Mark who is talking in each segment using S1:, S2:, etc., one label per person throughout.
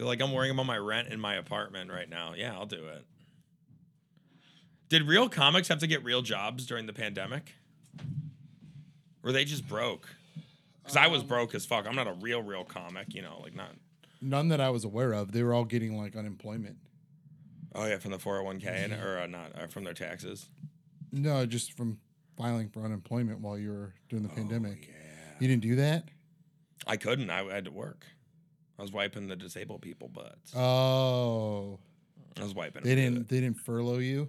S1: like I'm worrying about my rent in my apartment right now. Yeah, I'll do it. Did real comics have to get real jobs during the pandemic? Or they just broke? Because I was
S2: Um,
S1: broke as fuck. I'm not a real, real comic, you know, like not.
S2: None that I was aware of. They were all getting like unemployment.
S1: Oh, yeah, from the 401k and, or uh, not, uh, from their taxes.
S2: No, just from filing for unemployment while you were during the pandemic. You didn't do that?
S1: I couldn't. I had to work. I was wiping the disabled people butts.
S2: Oh,
S1: I was wiping.
S2: Uh, they
S1: them good.
S2: didn't. They didn't furlough you.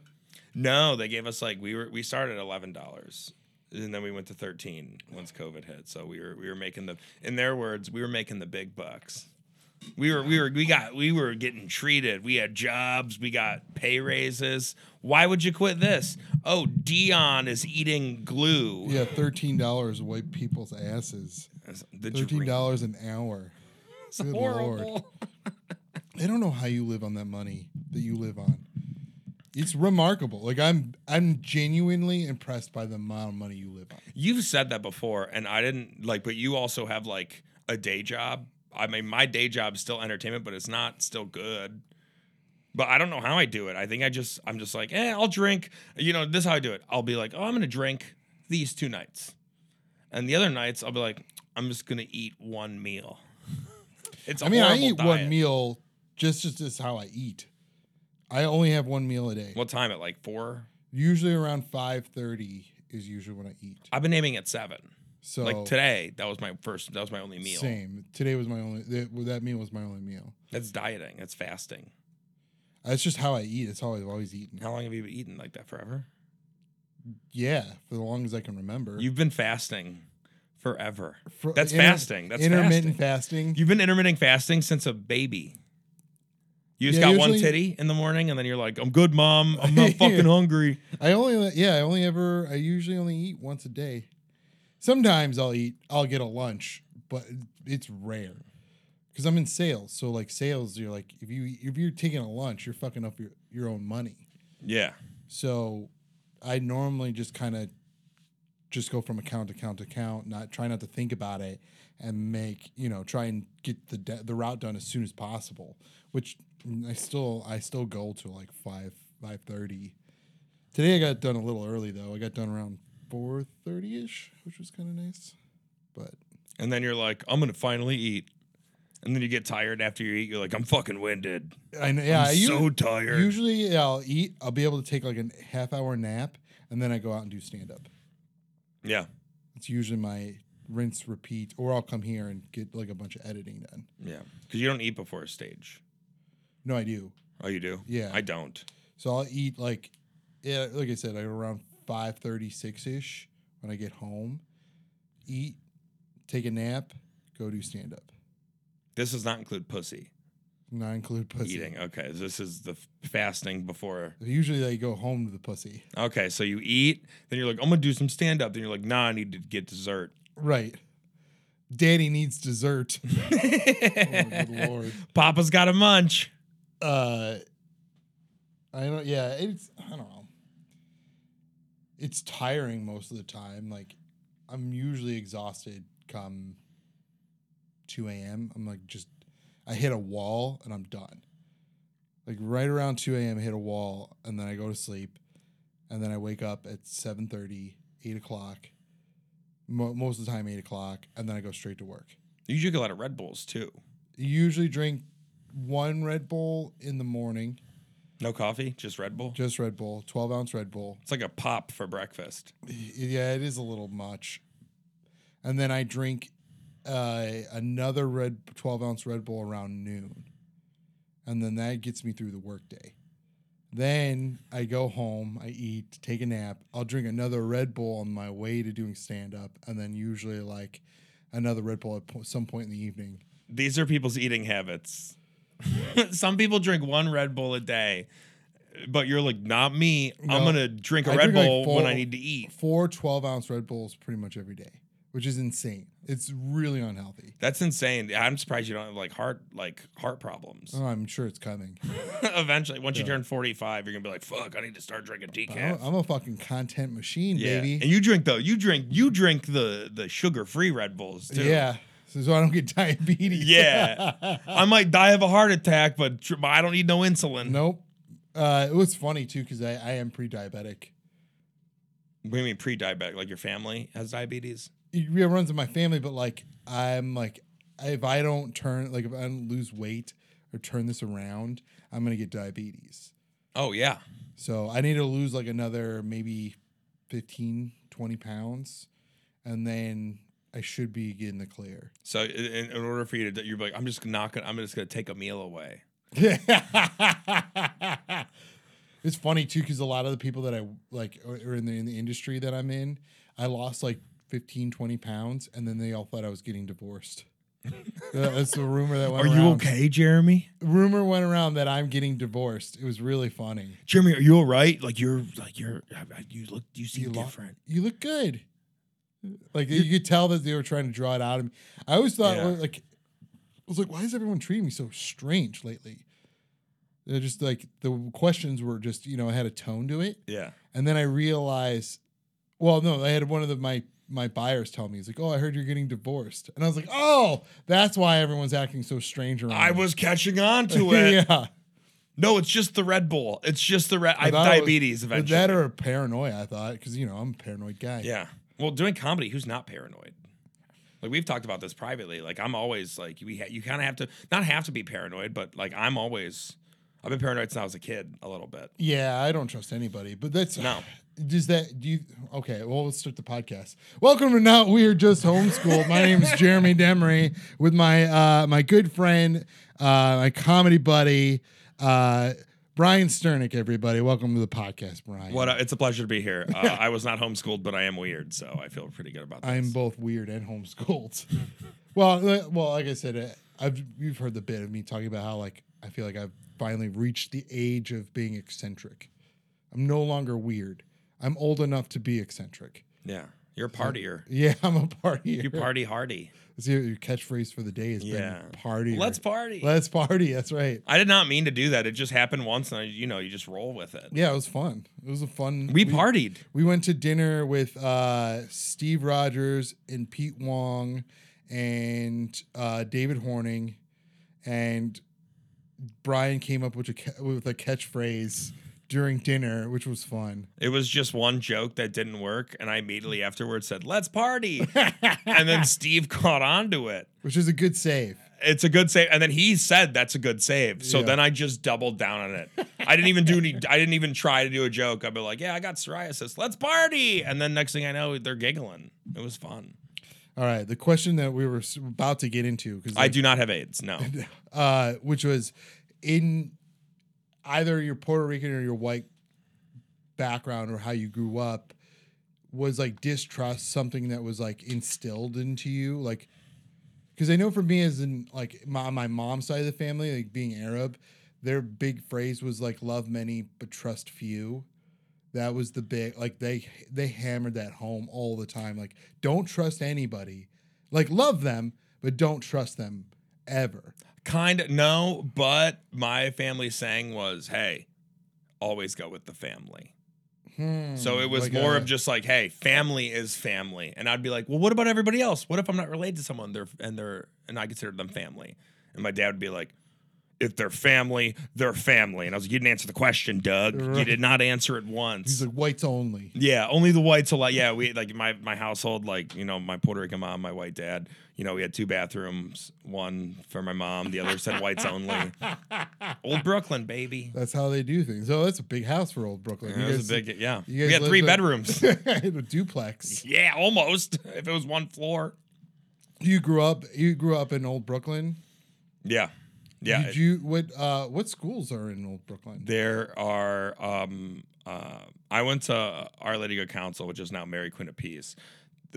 S1: No, they gave us like we were we started at eleven dollars. And then we went to thirteen once COVID hit. So we were we were making the in their words, we were making the big bucks. We were we were we got we were getting treated. We had jobs, we got pay raises. Why would you quit this? Oh, Dion is eating glue.
S2: Yeah, thirteen dollars wipe people's asses.
S1: That's The
S2: Thirteen
S1: dream.
S2: dollars an hour.
S1: It's
S2: Good
S1: horrible.
S2: Lord. They don't know how you live on that money that you live on. It's remarkable. Like I'm, I'm genuinely impressed by the amount of money you live on.
S1: You've said that before, and I didn't like, but you also have like a day job. I mean, my day job is still entertainment, but it's not still good. But I don't know how I do it. I think I just, I'm just like, eh, I'll drink. You know, this is how I do it. I'll be like, oh, I'm going to drink these two nights. And the other nights, I'll be like, I'm just going to eat one meal. It's,
S2: I mean, I eat one
S1: meal.
S2: meal. Just, just is how I eat. I only have one meal a day.
S1: What time at like four?
S2: Usually around five thirty is usually when I eat.
S1: I've been aiming at seven.
S2: So
S1: like today, that was my first, that was my only meal.
S2: Same. Today was my only. That, well, that meal was my only meal.
S1: That's dieting, that's fasting.
S2: That's just how I eat. It's how I've always eaten.
S1: How long have you been eating like that forever?
S2: Yeah, for the long as I can remember.
S1: You've been fasting forever.
S2: For-
S1: That's
S2: inter-
S1: fasting. That's
S2: intermittent
S1: fasting.
S2: fasting.
S1: You've been intermittent fasting since a baby. You just
S2: Yeah,
S1: got one
S2: usually-
S1: titty in the morning, and then you're like, "I'm good, mom. I'm not fucking hungry."
S2: I only yeah, I only ever I usually only eat once a day. Sometimes I'll eat I'll get a lunch, but it's rare. Cuz I'm in sales. So like sales you're like if you if you're taking a lunch, you're fucking up your your own money.
S1: Yeah,
S2: So I normally just kind of just go from account to account to account, not try not to think about it and make, you know, try and get the de- the route done as soon as possible, which I still I still go to like 5 5:30. Today I got done a little early though. I got done around 4:30ish, which was kind of nice. But
S1: and then you're like, "I'm gonna finally eat," and then you get tired after you eat. You're like, "I'm fucking winded.
S2: I know yeah,
S1: I'm
S2: I
S1: so
S2: usually,
S1: tired."
S2: usually I'll eat, I'll be able to take like a half hour nap and then I go out and do stand up.
S1: yeah,
S2: It's usually my rinse repeat, or I'll come here and get like a bunch of editing done.
S1: yeah, because you don't eat before a stage.
S2: No, I do.
S1: Oh, you do?
S2: Yeah.
S1: I don't.
S2: So I'll eat like, yeah, like I said, like around five thirty six ish when I get home. Eat, take a nap, go do stand up.
S1: This does not include pussy,
S2: Not include pussy.
S1: eating. Okay, this is the f- fasting before
S2: Usually I go home to the pussy.
S1: Okay, so you eat, then you're like, I'm gonna do some stand up. Then you're like, nah, I need to get dessert.
S2: Right. Daddy needs dessert. oh, good lord.
S1: Papa's got a munch.
S2: uh i don't yeah it's i don't know it's tiring most of the time like i'm usually exhausted come 2 a.m i'm like just i hit a wall and i'm done like right around 2 a.m I hit a wall and then i go to sleep and then i wake up at 7.30 8 o'clock mo- most of the time 8 o'clock and then i go straight to work
S1: You drink a lot of Red Bulls too.
S2: usually drink one red bull in the morning
S1: No coffee, just Red Bull.
S2: Just Red Bull, 12 ounce Red Bull.
S1: It's like a pop for breakfast.
S2: Yeah, it is a little much. And then I drink uh, another red 12 ounce Red Bull around noon. And then that gets me through the workday. Then I go home, I eat, take a nap. I'll drink another Red Bull on my way to doing stand up. And then usually like another Red Bull at po- some point in the evening.
S1: These are people's eating habits. Some people drink one Red Bull a day, but you're like, not me. I'm
S2: No.
S1: gonna drink a
S2: I
S1: Red
S2: drink, like,
S1: Bull when
S2: full-
S1: I need to eat.
S2: Four 12 ounce Red Bulls pretty much every day, which is insane. It's really unhealthy.
S1: That's insane. I'm surprised you don't have like heart like heart problems.
S2: Oh, I'm sure it's coming.
S1: Eventually, once you turn 45, you're gonna be like, fuck, I need to start drinking decaf.
S2: I'm, I'm a fucking content machine,
S1: Yeah.
S2: baby.
S1: And you drink though. You drink you drink the the sugar free Red Bulls too.
S2: Yeah. so I don't get diabetes.
S1: Yeah. I might die of a heart attack, but tr- I don't need no insulin.
S2: nope. Uh, it was funny too because I, I am pre-diabetic.
S1: What do you mean pre-diabetic? Like your family has diabetes?
S2: It re- runs in my family, but like I'm like if I don't turn like if I don't lose weight or turn this around, I'm gonna get diabetes.
S1: Oh yeah.
S2: So I need to lose like another maybe 15, 20 pounds, and then I should be in the clear.
S1: So in, in in order for you to, you're like, I'm just not gonna, I'm just gonna take a meal away.
S2: it's funny too because a lot of the people that I like are are in the in the industry that I'm in, I lost like 15, 20 pounds, and then they all thought I was getting divorced. That- That's the rumor that went.
S1: Are
S2: around.
S1: you okay, Jeremy?
S2: Rumor went around that I'm getting divorced. It was really funny.
S1: Jeremy, are you all right? Like you're, like you're, I- I- you look, you seem
S2: You lo-
S1: different.
S2: You look good. Like you could tell that they were trying to draw it out of me. I always thought
S1: Yeah.
S2: like I was like, why is everyone treating me so strange lately? They're just like the questions were just you know had a tone to it.
S1: yeah.
S2: And then I realized, well, no, I had one of the, my my buyers tell me, he's like, oh, I heard you're getting divorced, and I was like, oh, that's why everyone's acting so strange around.
S1: I
S2: me."
S1: was catching on to it.
S2: yeah,
S1: No, it's just the Red Bull. It's just the Red. I have
S2: thought it was-
S1: diabetes
S2: Or
S1: eventually.
S2: that or paranoia, I thought, because you know I'm a paranoid guy.
S1: yeah. Well, doing comedy, who's not paranoid? Like we've talked about this privately. Like I'm always like we ha- you kind of have to not have to be paranoid, but like I'm always I've been paranoid since I was a kid a little bit.
S2: Yeah, I don't trust anybody, but that's
S1: No.
S2: Does that do you? Okay, well, let's start the podcast. Welcome to Not We Are Just Homeschooled. my name is Jeremy Demery with my uh, my good friend, uh, my comedy buddy, uh, Brian Sternick. Everybody, welcome to the podcast, Brian.
S1: What a, it's a pleasure to be here. Uh, I was not homeschooled, but I am weird, so I feel pretty good about this.
S2: I'm both weird and homeschooled. well, uh, well, like I said, uh, I've you've heard the bit of me talking about how like I feel like I've finally reached the age of being eccentric. I'm no longer weird. I'm old enough to be eccentric.
S1: yeah, you're a partier.
S2: Yeah, I'm a partier.
S1: You party hardy.
S2: That's your, your catchphrase for the day has
S1: Yeah.
S2: been party.
S1: Let's party.
S2: Let's party. That's right.
S1: I did not mean to do that. It just happened once, and I, you know, you just roll with it.
S2: Yeah, it was fun. It was a fun.
S1: We partied.
S2: We went to dinner with uh, Steve Rogers and Pete Wong and uh, David Horning, and Brian came up with a ca- with a catchphrase during dinner, which was fun.
S1: It was just one joke that didn't work, and I immediately afterwards said, "Let's party," and then Steve caught on to it.
S2: Which is a good save.
S1: It's a good save, and then he said, "That's a good save." So
S2: Yeah.
S1: then I just doubled down on it. I didn't even do any. I didn't even try to do a joke. I'd be like, "Yeah, I got psoriasis. Let's party!" And then next thing I know, they're giggling. It was fun.
S2: All right, the question that we were s- about to get into because
S1: I do not have AIDS. No.
S2: uh, which was in either your Puerto Rican or your white background or how you grew up was like distrust something that was like instilled into you like because I know for me as in like my, my mom's side of the family like being Arab their big phrase was like love many but trust few that was the big like they they hammered that home all the time like don't trust anybody like love them but don't trust them ever
S1: Kind of no, but my family saying was, "Hey, always go with the family."
S2: Hmm,
S1: So it was
S2: like
S1: more
S2: a-
S1: of just like, "Hey, family is family," and I'd be like, "Well, what about everybody else? What if I'm not related to someone? They're and they're and I consider them family." And my dad would be like, "If they're family, they're family." And I was like, "You didn't answer the question, Doug. You
S2: Right.
S1: did not answer it once."
S2: he's like whites only.
S1: Yeah, only the whites allowed. Yeah, we like my my household, like you know, my Puerto Rican mom, my white dad. You know, we had two bathrooms, one for my mom, the other said whites only. Old Brooklyn, baby.
S2: That's how they do things. Oh, that's a big house for old Brooklyn.
S1: Yeah,
S2: You
S1: it was
S2: guys-
S1: a big, yeah.
S2: you guys
S1: We had
S2: lived
S1: three
S2: in-
S1: bedrooms.
S2: in a duplex.
S1: yeah, almost. If it was one floor.
S2: You grew up. You grew up in old Brooklyn.
S1: Yeah, yeah.
S2: Did you what? Uh, what schools are in old Brooklyn?
S1: there are. Um, uh, I went to Our Lady Good Counsel, which is now Mary Queen of Peace,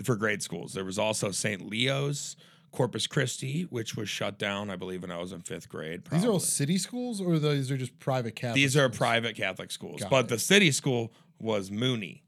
S1: for grade schools. There was also St. Leo's. Corpus Christi, which was shut down, I believe, when I was in fifth grade. Probably.
S2: These are all city schools, or these are just private Catholic.
S1: These are
S2: schools?
S1: private Catholic schools,
S2: Got
S1: but
S2: it.
S1: the city school was Mooney.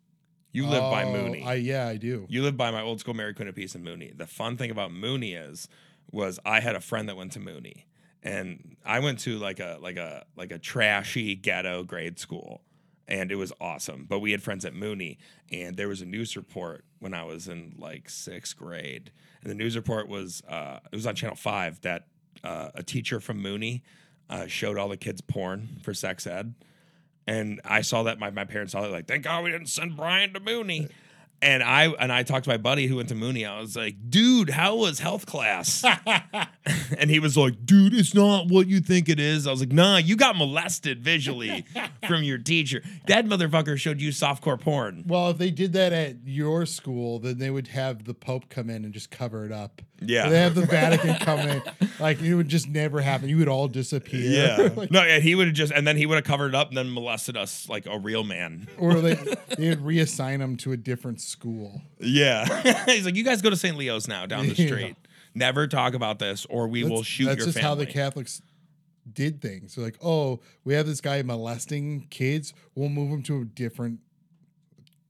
S1: You live by
S2: Oh,
S1: Mooney.
S2: I, yeah, I do.
S1: you live by my old school Mary Queen of Peace and Mooney. The fun thing about Mooney is, was I had a friend that went to Mooney, and I went to like a like a like a trashy ghetto grade school, and it was awesome. But we had friends at Mooney, and there was a news report when I was in like sixth grade, and the news report was uh, it was on Channel Five that uh, a teacher from Mooney uh, showed all the kids porn for sex ed, and I saw that my my parents saw it like thank God we didn't send Brian to Mooney. And I and I talked to my buddy who went to Mooney. I was like, "Dude, how was health class?" and he was like, "Dude, it's not what you think it is." I was like, "Nah, you got molested visually from your teacher. That motherfucker showed you softcore porn."
S2: Well, if they did that at your school, then they would have the Pope come in and just cover it up.
S1: Yeah.
S2: They have the Vatican come in. Like it would just never happen. You would all disappear.
S1: Yeah.
S2: Like,
S1: no, and he would have just, and then he would have covered it up and then molested us like a real man.
S2: or they they'd reassign them to a different school.
S1: Yeah. He's like, you guys go to St. Leo's now down the
S2: Yeah.
S1: street. Never talk about this or we will shoot
S2: That's
S1: your
S2: just
S1: family.
S2: how the Catholics did things. They're like, oh, we have this guy molesting kids. We'll move him to a different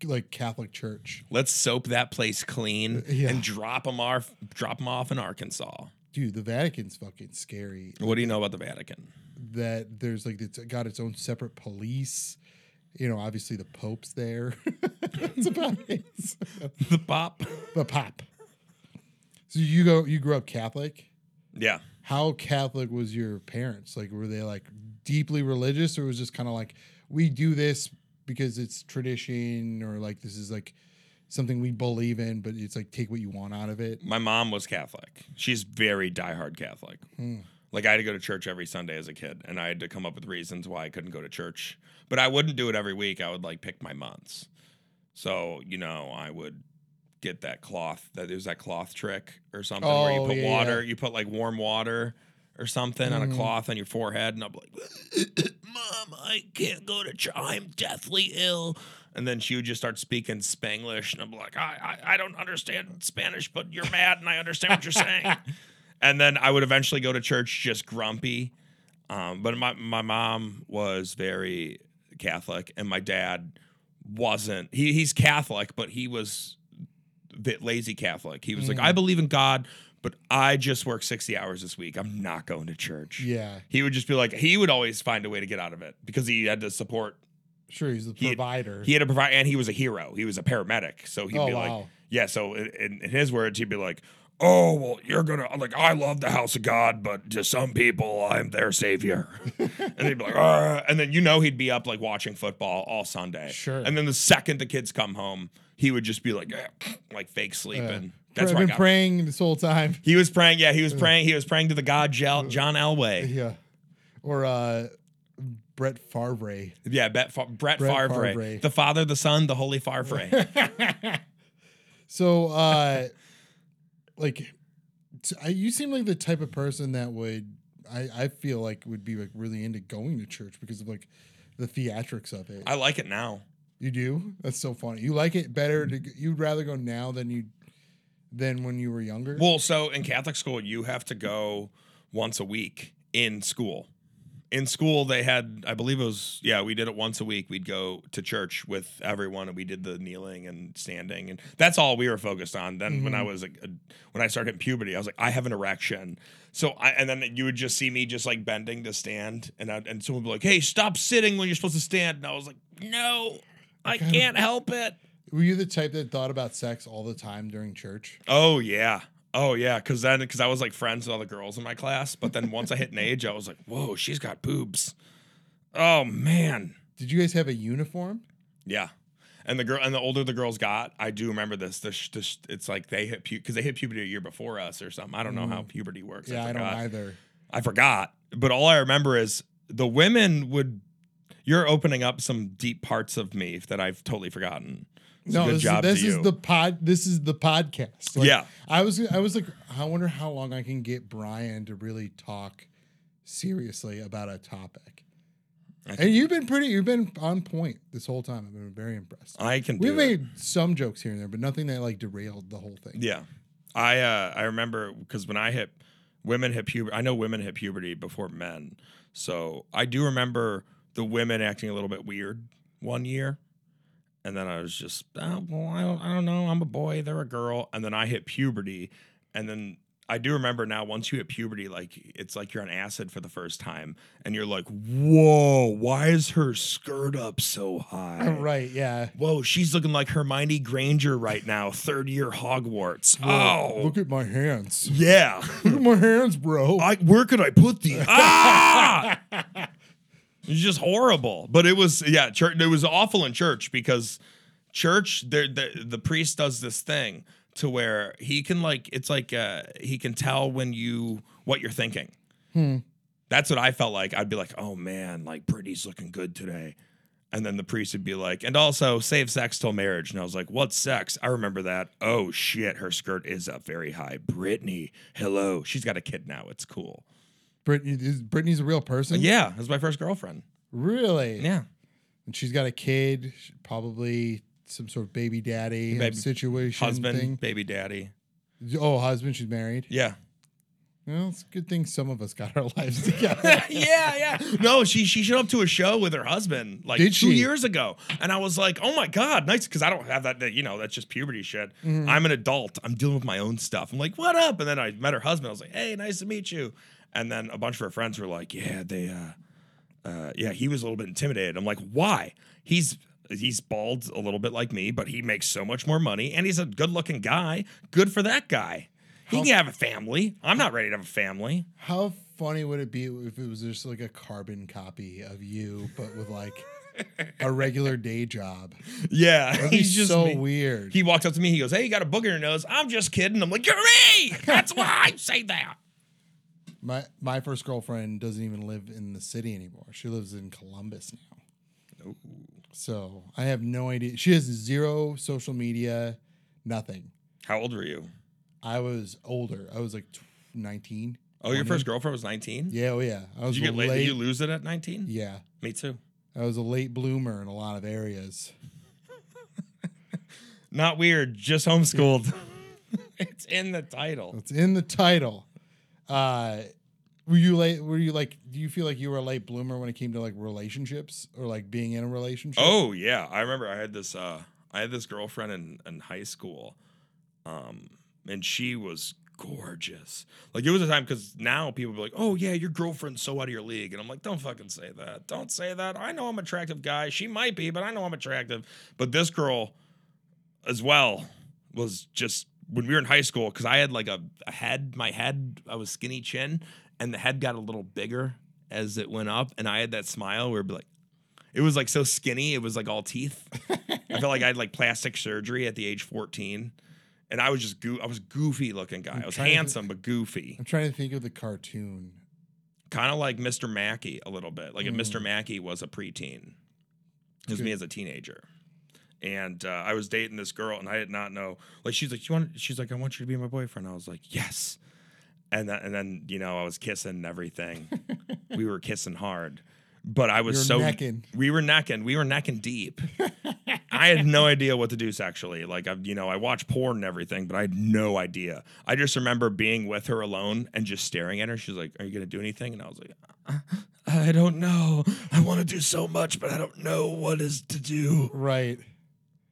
S2: like Catholic church.
S1: Let's soap that place clean
S2: Uh, Yeah.
S1: and drop them, off, drop 'em off in Arkansas.
S2: Dude, the Vatican's fucking scary.
S1: What do you know about the Vatican?
S2: That there's like it's got its own separate police. You know, obviously the Pope's there. That's about it.
S1: the pop?
S2: The Pop. So you go you grew up Catholic?
S1: Yeah.
S2: how Catholic was your parents? Like, were they like deeply religious, or was just kind of like we do this because it's tradition, or like this is like something we believe in, but it's like take what you want out of it.
S1: My mom was Catholic. She's very diehard Catholic.
S2: Hmm.
S1: Like I had to go to church every Sunday as a kid, and I had to come up with reasons why I couldn't go to church. But I wouldn't do it every week. I would like pick my months. So you know, I would get that cloth. That there's that cloth trick or something where
S2: Oh,
S1: you put
S2: yeah,
S1: water, you put like warm water or something on a
S2: Mhm.
S1: cloth on your forehead, and I'm like, Mom, I can't go to church. I'm deathly ill. And then she would just start speaking Spanglish, and I'm like, I, I, I don't understand Spanish, but you're mad, and I understand what you're saying. and then I would eventually go to church just grumpy. Um, but my my mom was very Catholic, and my dad wasn't. He he's Catholic, but he was a bit lazy Catholic. He was like,
S2: Mm.
S1: I believe in God, but I just work sixty hours this week. I'm not going to church.
S2: Yeah,
S1: He would just be like, he would always find a way to get out of it because he had to support.
S2: sure, he's the
S1: He-
S2: provider.
S1: He had to provide, and he was a hero. He was a paramedic, so he'd
S2: oh
S1: be
S2: wow,
S1: like, yeah. So in, in, in his words, he'd be like, "Oh well, you're gonna like I love the house of God, but to some people, I'm their savior." and he'd be like, "Arr," and then you know he'd be up like watching football all Sunday.
S2: Sure.
S1: And then the second the kids come home, he would just be like, "Eh," like fake sleeping.
S2: I've
S1: That's where I
S2: been
S1: got.
S2: praying this whole time.
S1: he was praying. Yeah, he was praying. He was praying to the God Jel- John Elway.
S2: Yeah, or uh, Brett Favre.
S1: Yeah, Bet Fa- Brett,
S2: Brett
S1: Favre,
S2: Favre.
S1: the Father, the Son, the Holy Favre.
S2: So, uh, like, t- I- you seem like the type of person that would, I, I feel like would be like really into going to church because of like the theatrics of it.
S1: I like it now.
S2: you do? That's so funny. You like it better to, g- you'd rather go now than you, than when you were younger?
S1: Well, so in Catholic school, you have to go once a week in school. In school, they had, I believe it was, yeah, we did it once a week. We'd go to church with everyone, and we did the kneeling and standing, and that's all we were focused on. Then when I was like, a, when I started hitting puberty, I was like, I have an erection, so I, and then you would just see me just like bending to stand, and I, and someone would be like, Hey, stop sitting when you're supposed to stand, and I was like, No, I can't help it.
S2: were you the type that thought about sex all the time during church?
S1: Oh yeah. Oh yeah, because then because I was like friends with all the girls in my class, but then once I hit an age, I was like, whoa, she's got boobs. Oh man,
S2: Did you guys have a uniform?
S1: yeah. And the girl and the older the girls got, I do remember this. This, this it's like they hit because they hit puberty a year before us or something. I don't know how puberty works.
S2: Mm. yeah, I, don't
S1: forgot.
S2: either.
S1: I forgot. But all I remember is the women would. You're opening up some deep parts of me that I've totally forgotten. It's a
S2: no,
S1: good
S2: this,
S1: job to
S2: is, this is
S1: you.
S2: the pod. This is the podcast. Like,
S1: Yeah.
S2: I was, I was like, I wonder how long I can get Brian to really talk seriously about a topic.
S1: I
S2: And you've been pretty, you've been on point this whole time. I've been very impressed.
S1: I can.
S2: We
S1: do it.
S2: made some jokes here and there, but nothing that like derailed the whole thing.
S1: Yeah, I uh, I remember because when I hit women hit puberty, I know women hit puberty before men, so I do remember the women acting a little bit weird one year, and then I was just oh, well I don't I don't know I'm a boy they're a girl, and then I hit puberty, and then I do remember now once you hit puberty, like it's like you're on acid for the first time and you're like, whoa, why is her skirt up so high?
S2: Right. Yeah.
S1: Whoa, she's looking like Hermione Granger right now, third year Hogwarts.
S2: Whoa,
S1: Oh,
S2: Look at my hands.
S1: yeah.
S2: Look at my hands, bro.
S1: I, where could I put these? ah! It's just horrible. But it was yeah, church. It was awful in church because church, there the, the priest does this thing to where he can like it's like uh, he can tell when you what you're thinking. Hmm. That's what I felt like. I'd be like, oh man, like Brittany's looking good today. And then the priest would be like, and also save sex till marriage. And I was like, what's sex? I remember that. Oh shit, her skirt is up very high. Brittany, hello. She's got a kid now. It's cool.
S2: Brittany is Brittany's a real person.
S1: Yeah, that was my first girlfriend.
S2: Really.
S1: Yeah.
S2: And she's got a kid, sh- probably some sort of baby daddy um,
S1: Baby-
S2: situation.
S1: Husband,
S2: Thing.
S1: baby daddy.
S2: Oh, husband. She's married.
S1: Yeah.
S2: Well, it's a good thing some of us got our lives together.
S1: yeah, yeah. No, she she showed up to a show with her husband like
S2: Did
S1: two
S2: she?
S1: years ago, and I was like, "Oh my god, nice!" Because I don't have that. that- You know, that's just puberty shit.
S2: Mm-hmm.
S1: I'm an adult. I'm dealing with my own stuff. I'm like, "What up?" And then I met her husband. I was like, "Hey, nice to meet you." And then a bunch of her friends were like, "Yeah, they, uh, uh yeah, he was a little bit intimidated." I'm like, "Why?" He's He's bald a little bit like me, but he makes so much more money, and he's a good-looking guy. Good for that guy. He can have a family. I'm not ready to have a family.
S2: How funny would it be if it was just like a carbon copy of you, but with like a regular day job?
S1: Yeah,
S2: That'd
S1: he's
S2: be
S1: just
S2: so
S1: me.
S2: weird.
S1: He walked up to me. He goes, "Hey, you got a book in your nose?" I'm just kidding. I'm like, "You're me." That's why I say that.
S2: my my first girlfriend doesn't even live in the city anymore. She lives in Columbus now. So I have no idea. She has zero social media, nothing.
S1: How old were you?
S2: I was older. I was like tw- nineteen.
S1: Oh, your first girlfriend was 19.
S2: Yeah, oh yeah. I was
S1: Did you get
S2: a
S1: late?
S2: late.
S1: Did you lose it at 19?
S2: yeah,
S1: Me too.
S2: I was a late bloomer in a lot of areas.
S1: Not weird. Just homeschooled. it's in the title.
S2: It's in the title. Uh, were you late? Were you like? Do you feel like you were a late bloomer when it came to like relationships or like being in a relationship?
S1: Oh yeah, I remember. I had this. Uh, I had this girlfriend in in high school, um, and she was gorgeous. Like it was a time because now people be like, "Oh yeah, your girlfriend's so out of your league," and I'm like, "Don't fucking say that. Don't say that. I know I'm an attractive guy. She might be, but I know I'm attractive." But this girl, as well, was just when we were in high school because I had like a, a head. My head, I was skinny chin, and the head got a little bigger as it went up, and I had that smile where it'd be like. It was like so skinny. It was like all teeth. I felt like I had like plastic surgery at the age 14. And I was just goo I was goofy looking guy. I was
S2: trying to-
S1: handsome but goofy.
S2: I'm trying to think of the cartoon.
S1: Kind of like Mr. Mackey a little bit. Like if Mr.
S2: Mm.
S1: Mackey was a preteen. It was
S2: Good.
S1: me as a teenager. And uh, I was dating this girl and I did not know. Like she's like, You want she's like, I want you to be my boyfriend. I was like, Yes. And then and then, you know, I was kissing and everything. we were kissing hard. But I was
S2: You're
S1: so
S2: necking.
S1: we were necking. We were necking deep. I had no idea what to do sexually. Like I've, you know, I watch porn and everything, but I had no idea. I just remember being with her alone and just staring at her. She's like, "Are you gonna do anything?" And I was like, "Uh, "I don't know. I want to do so much, but I don't know what is to do."
S2: Right.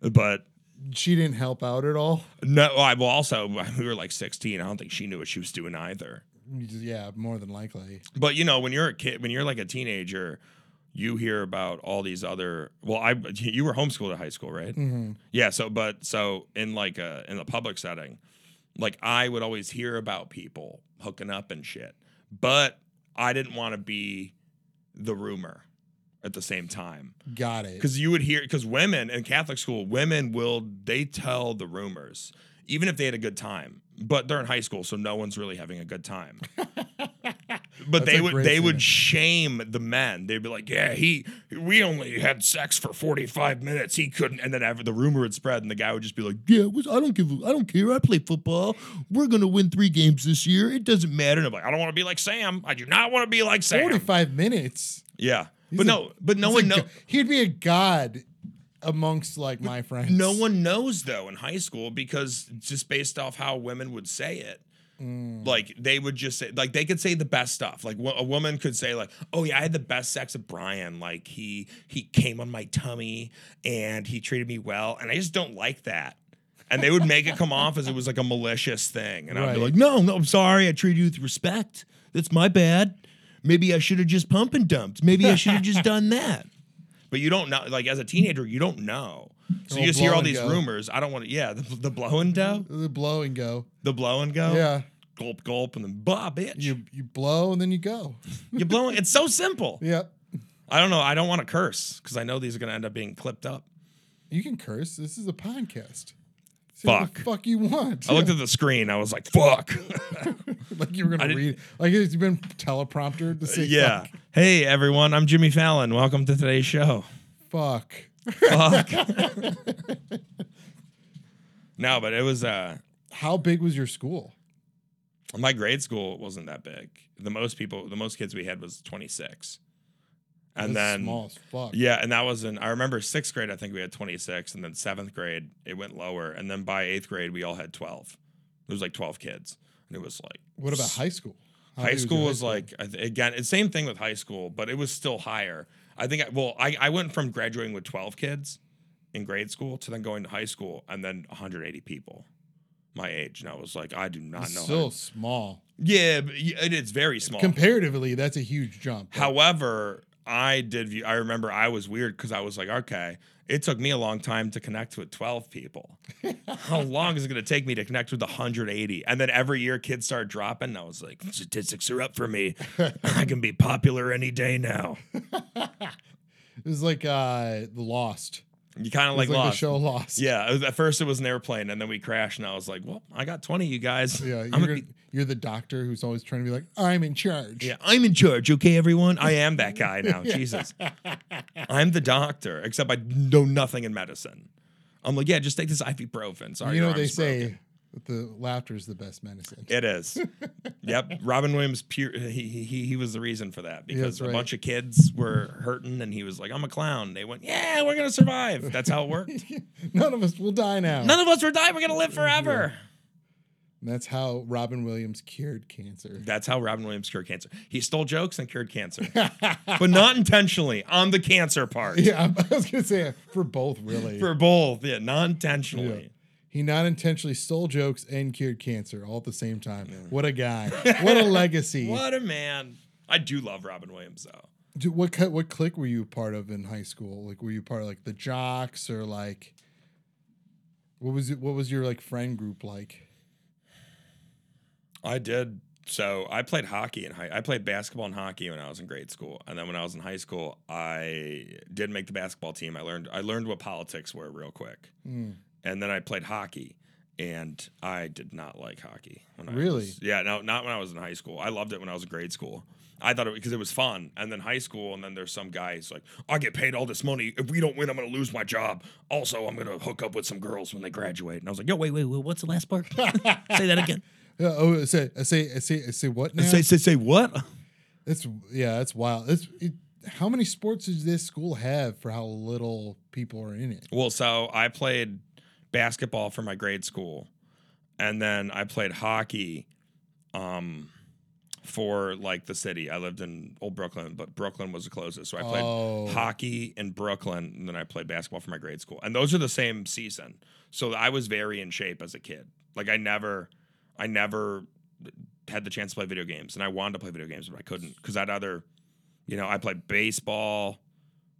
S1: But
S2: She didn't help out at all.
S1: no, I well, also we were like 16. I don't think she knew what she was doing either.
S2: Yeah, more than likely.
S1: But you know, when you're a kid, when you're like a teenager, you hear about all these other. Well, I you were homeschooled at high school, right?
S2: hmm
S1: Yeah. So, but so in like a in the public setting, like I would always hear about people hooking up and shit, but I didn't want to be the rumor at the same time
S2: Got it.
S1: because you would hear because women in Catholic school, women will they tell the rumors even if they had a good time, but they're in high school, so no one's really having a good time.
S2: That's
S1: But they
S2: a
S1: would
S2: great
S1: they would
S2: feeling.
S1: shame the men. They'd be like, "Yeah, he we only had sex for 45 minutes. He couldn't." And then ever the rumor would spread and the guy would just be like, "Yeah, it was, I don't give a- I don't care. I play football. We're going to win 3 games this year. It doesn't matter." And I'm like, "I don't want to be like Sam. I do not want to be like Sam."
S2: Forty-five minutes.
S1: Yeah.
S2: a-
S1: But no, but no
S2: He's
S1: one
S2: a
S1: knows
S2: go- He'd be a god amongst like my friends.
S1: No one knows though in high school because just based off how women would say it. Like they would just say, like they could say the best stuff. Like wo- a woman could say, like, "Oh yeah, I had the best sex with Brian. Like he he came on my tummy and he treated me well, and I just don't like that. and they would make it come off as it was like a malicious thing. And I'd be
S2: Right.
S1: like, no, no, I'm sorry. I treated you with respect. That's my bad. Maybe I should have just pump and dumped. Maybe I should have just done that. But you don't know. Like as a teenager, you don't know. So
S2: Oh,
S1: you just hear
S2: blow
S1: all
S2: and
S1: these
S2: go.
S1: rumors. I don't want to. Yeah, the, the blow and go,
S2: The blow and go.
S1: the blow and go.
S2: Yeah.
S1: Gulp, gulp, and then bah, bitch. You,
S2: You you blow and then you go.
S1: you blowing. It's so simple.
S2: Yep.
S1: I don't know. I don't want to curse because I know these are going to end up being clipped up.
S2: You can curse. This is a podcast. Say what
S1: Fuck.
S2: the fuck you want.
S1: I looked at the screen. I was like, fuck.
S2: like you were
S1: I
S2: gonna
S1: didn't- Uh,
S2: read. Like it's been teleprompter to say.
S1: yeah. Hey, everyone. I'm Jimmy Fallon. Welcome to today's show.
S2: Fuck. fuck.
S1: Fuck. no, but it was uh,
S2: How big was your school?
S1: my grade school wasn't that big. The most people, the most kids we had was 26. And
S2: That's
S1: then,
S2: small as fuck.
S1: yeah, and that was in, I remember sixth grade, I think we had 26. And then seventh grade, it went lower. And then by eighth grade, we all had 12. It was like 12 kids. And it was like,
S2: What about high school? How
S1: high
S2: big
S1: school
S2: your
S1: was like I th- again it's same thing with high school but it was still higher i think I, well I, I went from graduating with 12 kids in grade school to then going to high school and then 180 people my age and i was like i Oh. do not
S2: It's
S1: know how
S2: still
S1: to-
S2: small.
S1: yeah but y- it is very small
S2: Comparatively, that's a huge jump. Like,
S1: however i did view i remember i was weird because i was like okay it took me a long time to connect with 12 people how long is it going to take me to connect with 180 and then every year kids start dropping and i was like statistics are up for me i can be popular any day now
S2: it was like uh Lost.
S1: You kind of
S2: It was
S1: like,
S2: like the
S1: lost.
S2: show Lost.
S1: Yeah, it was- at first it was an airplane, and then we crashed, and I was like, "Well, I got twenty, you guys.
S2: Yeah,
S1: I'm
S2: you're,
S1: gonna
S2: gonna-
S1: be-
S2: you're the doctor who's always trying to be like, I'm in charge.
S1: yeah, I'm in charge. Okay, everyone, I am that guy now. Jesus, I'm the doctor. Except I know nothing in medicine. I'm like, yeah, just take this ibuprofen. Sorry,
S2: you know
S1: your
S2: they
S1: arm's broken."
S2: say that the laughter is the best medicine.
S1: It is. yep. Robin Williams pure he, he he- he was the reason for that because
S2: right.
S1: a bunch of kids were hurting and he was like, I'm a clown. They went, Yeah, we're gonna survive. That's how it worked.
S2: None of us will die now.
S1: None of us were dying, we're gonna live forever.
S2: And that's how Robin Williams cured cancer.
S1: That's how Robin Williams cured cancer. He stole jokes and cured cancer, but not intentionally on the cancer part.
S2: Yeah, I was gonna say for both really.
S1: For both, yeah, not intentionally.
S2: he not intentionally stole jokes and cured cancer all at the same time. What a guy! What a legacy! what
S1: What a man. I do love Robin Williams though.
S2: Dude, what cut? What clique were you part of in high school? Like, were you part of like the jocks or like what was it? What was your like friend group like?
S1: I did. So I played hockey in high. I played basketball and hockey when I was in grade school, and then when I was in high school, I did make the basketball team. I learned I learned what politics were real quick,
S2: Mm.
S1: and then I played hockey, and I did not like hockey. When I
S2: Really?
S1: was- yeah. No, not when I was in high school. I loved it when I was in grade school. I thought it because it was fun, and then high school, and then there's some guy who's like, "I get paid all this money. If we don't win, I'm gonna lose my job. Also, I'm gonna hook up with some girls when they graduate." And I was like, "Yo, wait, wait, wait what's the last part? say that again."
S2: Uh, oh, say, I say, I say, I say what now?
S1: say, say what?
S2: That's yeah, that's wild. That's it, how many sports does this school have for how little people are in it?
S1: Well, so I played basketball for my grade school, and then I played hockey um, for like the city. I lived in Old Brooklyn, but Brooklyn was the closest, so I played
S2: Oh.
S1: hockey in Brooklyn, and then I played basketball for my grade school, and those are the same season. So I was very in shape as a kid. Like I never, I never had the chance to play video games, and I wanted to play video games, but I couldn't because I'd either, you know, I played baseball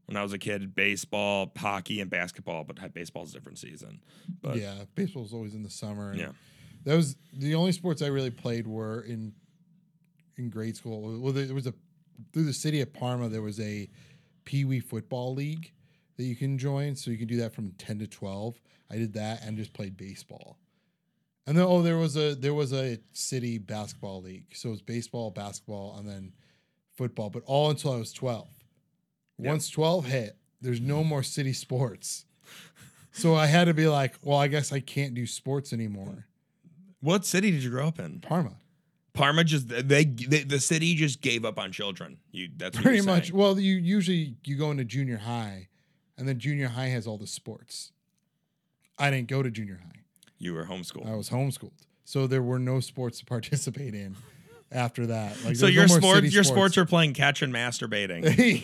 S1: when I was a kid, baseball, hockey, and basketball, but had baseball's a different season. But yeah,
S2: yeah, baseball's always in the summer. and
S1: Yeah.
S2: that was the only sports I really played were in in grade school. Well, there was a through the city of Parma. There was a Pee Wee football league that you can join, so you can do that from ten to twelve. I did that and just played baseball. And then oh, there was a there was a city basketball league, so it was baseball, basketball, and then football, but all until I was twelve.
S1: Yeah.
S2: Once twelve hit, there's no more city sports. So I had to be like, well, I guess I can't do sports anymore.
S1: what city did you grow up in?
S2: Parma,
S1: Parma just they, they the city just gave up on children. You that's what
S2: pretty
S1: you're
S2: much.
S1: saying.
S2: Well, you usually you go into junior high, and then junior high has all the sports. I didn't go to junior high.
S1: You were homeschooled.
S2: I was homeschooled, so there were no sports to participate in after that. Like
S1: so
S2: there's
S1: your
S2: no more
S1: sports,
S2: city
S1: your sports are playing catch and masturbating,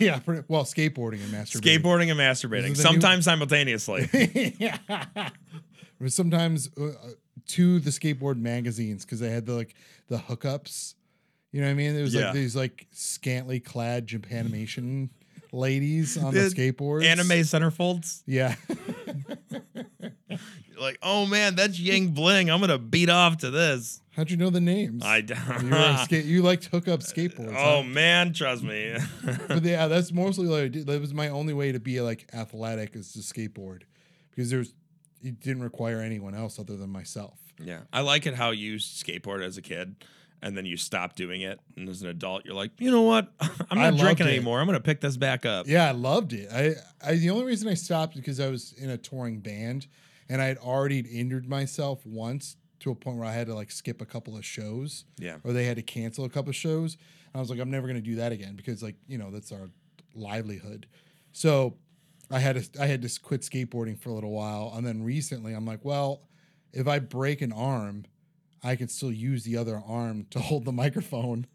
S2: yeah, pretty, well, skateboarding and masturbating.
S1: skateboarding and
S2: These are the
S1: masturbating,
S2: new-
S1: sometimes simultaneously.
S2: yeah. But sometimes uh, uh, to the skateboard magazines because they had the like the hookups. You know what I mean? There was
S1: Yeah.
S2: like these like scantily clad Japanimation ladies on the,
S1: The
S2: skateboards.
S1: Anime centerfolds.
S2: Yeah.
S1: You're like, oh man, that's Yang Bling. I'm gonna beat off to this.
S2: How'd you know the names?
S1: I
S2: You, were a
S1: don't.
S2: skate, you liked hookup skateboards.
S1: Oh
S2: huh?
S1: man, trust me.
S2: but yeah, that's mostly like I did- that was my only way to be like athletic is to skateboard because there's it didn't require anyone else other than myself.
S1: yeah, I like it how you skateboard as a kid, and then you stop doing it, and as an adult, you're like, you know what? I'm
S2: I
S1: not
S2: loved
S1: drinking
S2: it.
S1: anymore. I'm gonna pick this back up.
S2: Yeah, I loved it. I, I the only reason I stopped because I was in a touring band and I had already injured myself once to a point where I had to like skip a couple of shows
S1: Yeah.
S2: or they had to cancel a couple of shows. I was like, I'm never gonna do that again because like you know that's our livelihood. So I had to I had to quit skateboarding for a little while, and then recently I'm like, well, if I break an arm, I can still use the other arm to hold the microphone.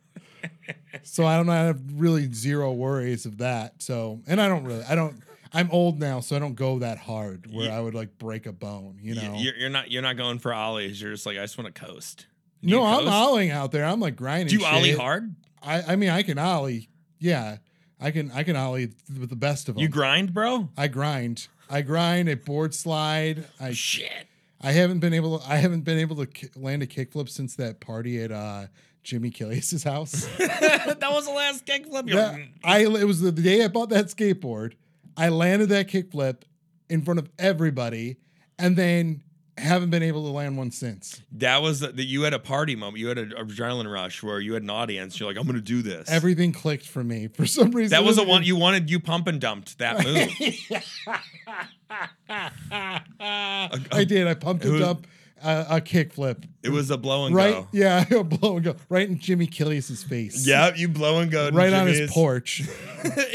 S2: so I don't I have really zero worries of that. So and I don't really I don't I'm old now, so I don't go that hard where
S1: Yeah.
S2: I would like break a bone. You
S1: Y-
S2: know,
S1: you're, you're not you're not going for ollies. You're just like, I just want to coast. Do
S2: no,
S1: you
S2: I'm
S1: coast?
S2: ollieing out there. I'm like grinding.
S1: Do you ollie
S2: shit.
S1: hard?
S2: I, I mean, I can ollie. Yeah, I can. I can ollie th- with the best of them.
S1: You grind, bro.
S2: I grind. I grind. I board slide. I
S1: Shit.
S2: I haven't been able. To, I haven't been able to ki- land a kickflip since that party at uh, Jimmy Killius' house.
S1: that was the last kickflip. You're
S2: That-
S1: like,
S2: I. It was the day I bought that skateboard. I landed that kickflip in front of everybody, and then haven't been able to land one since.
S1: That was the, the you had a party moment. You had an adrenaline rush where you had an audience. You're like, I'm gonna do this.
S2: Everything clicked for me for some reason.
S1: that was the
S2: It
S1: one you wanted. You pump and dumped that move.
S2: I did. I pumped
S1: It
S2: it
S1: was-
S2: up uh, a kickflip.
S1: it was a blow and
S2: Right?
S1: go.
S2: Yeah, blow and go. Right in Jimmy Killius' face.
S1: Yep, you blow and go.
S2: Right on his porch.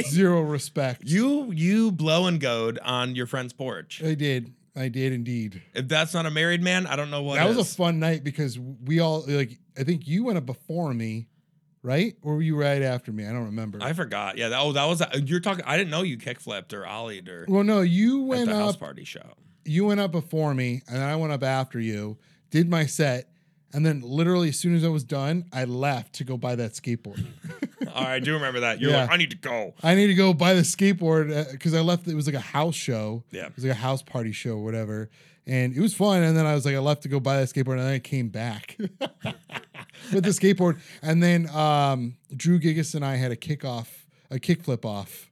S2: Zero respect.
S1: You you blow and goad on your friend's porch.
S2: I did. I did indeed.
S1: If that's not a married man, I don't know what.
S2: that was
S1: is.
S2: a fun night because we all like I think you went up before me, right? Or were you right after me? I don't remember.
S1: I forgot. Yeah. That, oh, that was. A, you're talking. I didn't know you kickflipped or ollied or
S2: well, no, you
S1: at
S2: went
S1: the house
S2: up
S1: party show.
S2: you went up before me and I went up after you, did my set, and then literally as soon as I was done, I left to go buy that skateboard.
S1: All right, I do remember that. You're
S2: Yeah.
S1: like, I need to go.
S2: I need to go buy the skateboard because I left. It was like a house show.
S1: Yeah.
S2: It was like a house party show or whatever. And it was fun. And then I was like, I left to go buy that skateboard. And then I came back with the skateboard. And then um, Drew Gigas and I had a kickoff, a kickflip off.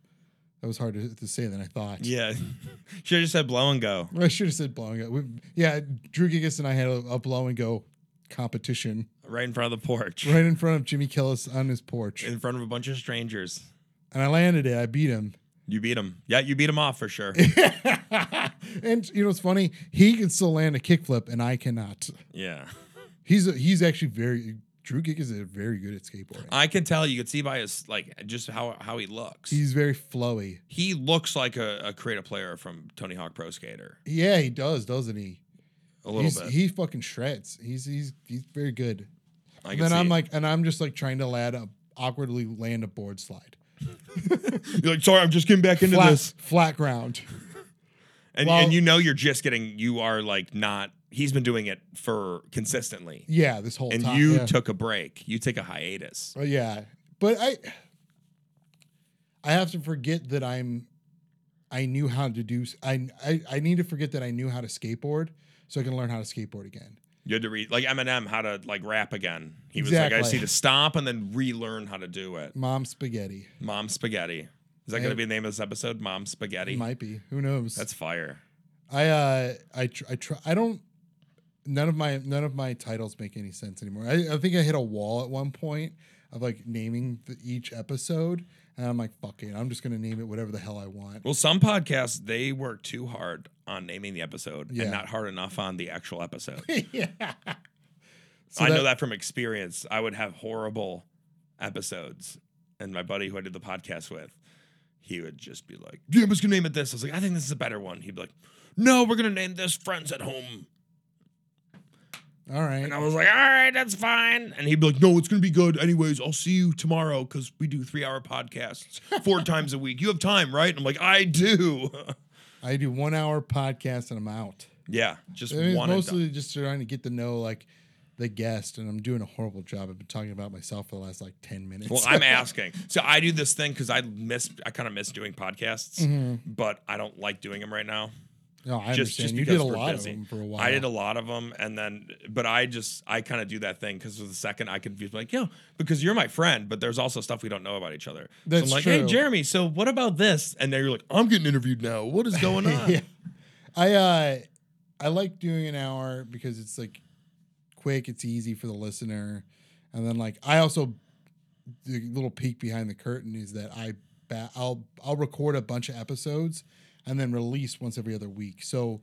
S2: That was hard to, to say than I thought.
S1: Yeah. Should have just said blow and go.
S2: I should have said blowing up. We, yeah. Drew Gigas and I had a, a blow and go competition
S1: right in front of the porch,
S2: right in front of Jimmy Killis on his porch.
S1: in front of a bunch of strangers.
S2: And I landed it. I beat him.
S1: You beat him. Yeah, you beat him off for sure.
S2: and you know what's funny? He can still land a kickflip, and I cannot.
S1: yeah.
S2: He's a, he's actually very Drew Gick is a very good at skateboarding.
S1: I could tell you could see by his like just how how he looks.
S2: He's very flowy.
S1: he looks like a, a creative player from Tony Hawk Pro Skater.
S2: Yeah, he does, doesn't he?
S1: A little
S2: He's-
S1: bit.
S2: He fucking shreds. He's he's he's very good.
S1: I
S2: And
S1: can
S2: then
S1: see
S2: I'm
S1: it.
S2: like, and I'm just like trying to land a awkwardly land a board slide,
S1: You're like, sorry, I'm just getting back into
S2: flat
S1: this.
S2: flat ground.
S1: And,
S2: well-
S1: and you know you're just getting you are like not he's been doing it for consistently.
S2: Yeah, this whole
S1: And
S2: time.
S1: you
S2: yeah.
S1: took a break. You take a hiatus.
S2: Well, Oh, yeah, but I, I have to forget that I'm, I knew how to do. s- I, I I need to forget that I knew how to skateboard, so I can learn how to skateboard again.
S1: You had to read like Eminem how to like rap again. He was like, I
S2: Exactly.
S1: just need to stop and then relearn how to do it.
S2: Mom spaghetti
S1: Mom Spaghetti. Is that
S2: I-
S1: going to be the name of this episode? Mom Spaghetti.
S2: might be. Who knows?
S1: That's fire.
S2: I uh I tr- I try I don't. None of my none of my titles make any sense anymore. I, I think I hit a wall at one point of like naming the, each episode, and I'm like, fuck it, I'm just gonna name it whatever the hell I want.
S1: Well, some podcasts they work too hard on naming the episode
S2: Yeah.
S1: and not hard enough on the actual episode.
S2: yeah. So
S1: I know that from experience. I would have horrible episodes, and my buddy who I did the podcast with, he would just be like, "Yeah, let's name it this." I was like, "I think this is a better one." He'd be like, "No, we're gonna name this Friends at Home."
S2: All right.
S1: And I was like, all right, that's fine. And he'd be like, no, it's going to be good. Anyways, I'll see you tomorrow because we do three hour podcasts four times a week. You have time, right? And I'm like, I do.
S2: I do one hour podcast and I'm out.
S1: Yeah, just
S2: I mean, it's
S1: one. and done.
S2: mostly just trying to get to know like the guest, and I'm doing a horrible job. I've been talking about myself for the last like ten minutes.
S1: Well, I'm asking. So I do this thing because I miss, I kind of miss doing podcasts, but I don't like doing them right now.
S2: no, Mm-hmm. I
S1: just, just
S2: understand. You
S1: because
S2: did a
S1: we're
S2: lot
S1: busy.
S2: of them for a while.
S1: I did a lot of them, and then, but I just, I kind of do that thing because the second I confuse, like, yo, because you're my friend, but there's also stuff we don't know about each other. so I'm
S2: That's
S1: like, hey,
S2: true.
S1: Jeremy, so what about this? And then you're like, I'm getting interviewed now. What is going on?
S2: yeah. I uh I like doing an hour because it's like quick, it's easy for the listener. And then like I also the little peek behind the curtain is that I ba- I'll I'll record a bunch of episodes and then release once every other week. So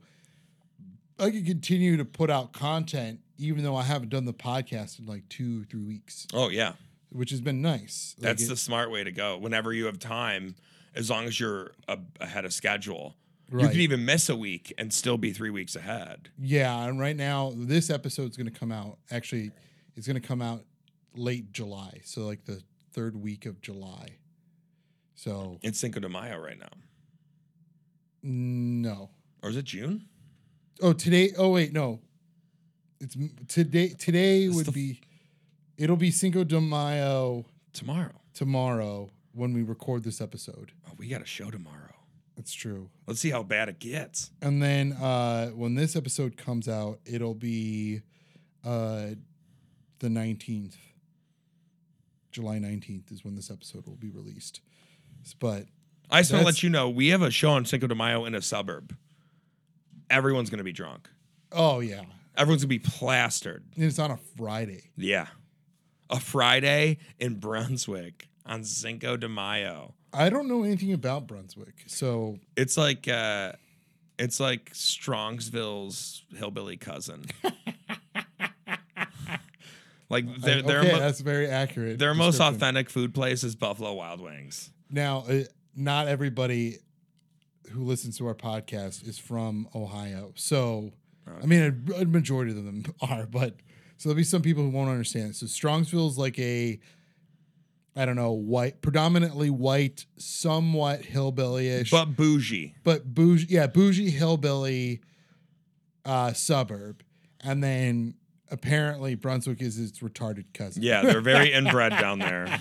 S2: I can continue to put out content even though I haven't done the podcast in like 2 3 weeks,
S1: Oh yeah,
S2: which has been nice. Like,
S1: that's
S2: it-
S1: the smart way to go. Whenever you have time, as long as you're a, ahead of schedule, you
S2: Right.
S1: can even miss a week and still be three weeks ahead.
S2: Yeah, and right now this episode's going to come out. Actually, it's going to come out late July, so like the third week of July. So
S1: It's Cinco de Mayo right now,
S2: no.
S1: or is it June?
S2: Oh, today. Oh, wait, no. It's m- today. Today
S1: It's
S2: would
S1: the f-
S2: be. It'll be Cinco de Mayo
S1: Tomorrow.
S2: tomorrow when we record this episode.
S1: Oh, we got a show tomorrow.
S2: That's true.
S1: Let's see how bad it gets.
S2: And then uh, when this episode comes out, it'll be uh, the 19th. July 19th is when this episode will be released. S- But
S1: I just want to
S2: That's-
S1: let you know we have a show on Cinco de Mayo in a suburb. Everyone's gonna be drunk.
S2: oh, yeah.
S1: Everyone's gonna be plastered.
S2: And it's on a Friday.
S1: Yeah, a Friday in Brunswick on Cinco de Mayo.
S2: I don't know anything about Brunswick. So
S1: It's like uh, it's like Strongsville's hillbilly cousin. like
S2: I-
S1: their their
S2: okay,
S1: mo-
S2: that's very accurate.
S1: their most
S2: description.
S1: authentic food place is Buffalo Wild Wings.
S2: Now, uh, not everybody who listens to our podcast is from Ohio. So, I mean, a, a majority of them are, but so there'll be some people who won't understand. it. So, Strongsville is like a, I don't know, white, predominantly white, somewhat hillbillyish, but,
S1: But bougie.
S2: but bougie, yeah, bougie hillbilly uh, suburb. And then apparently Brunswick is its retarded cousin.
S1: Yeah, they're very inbred down there.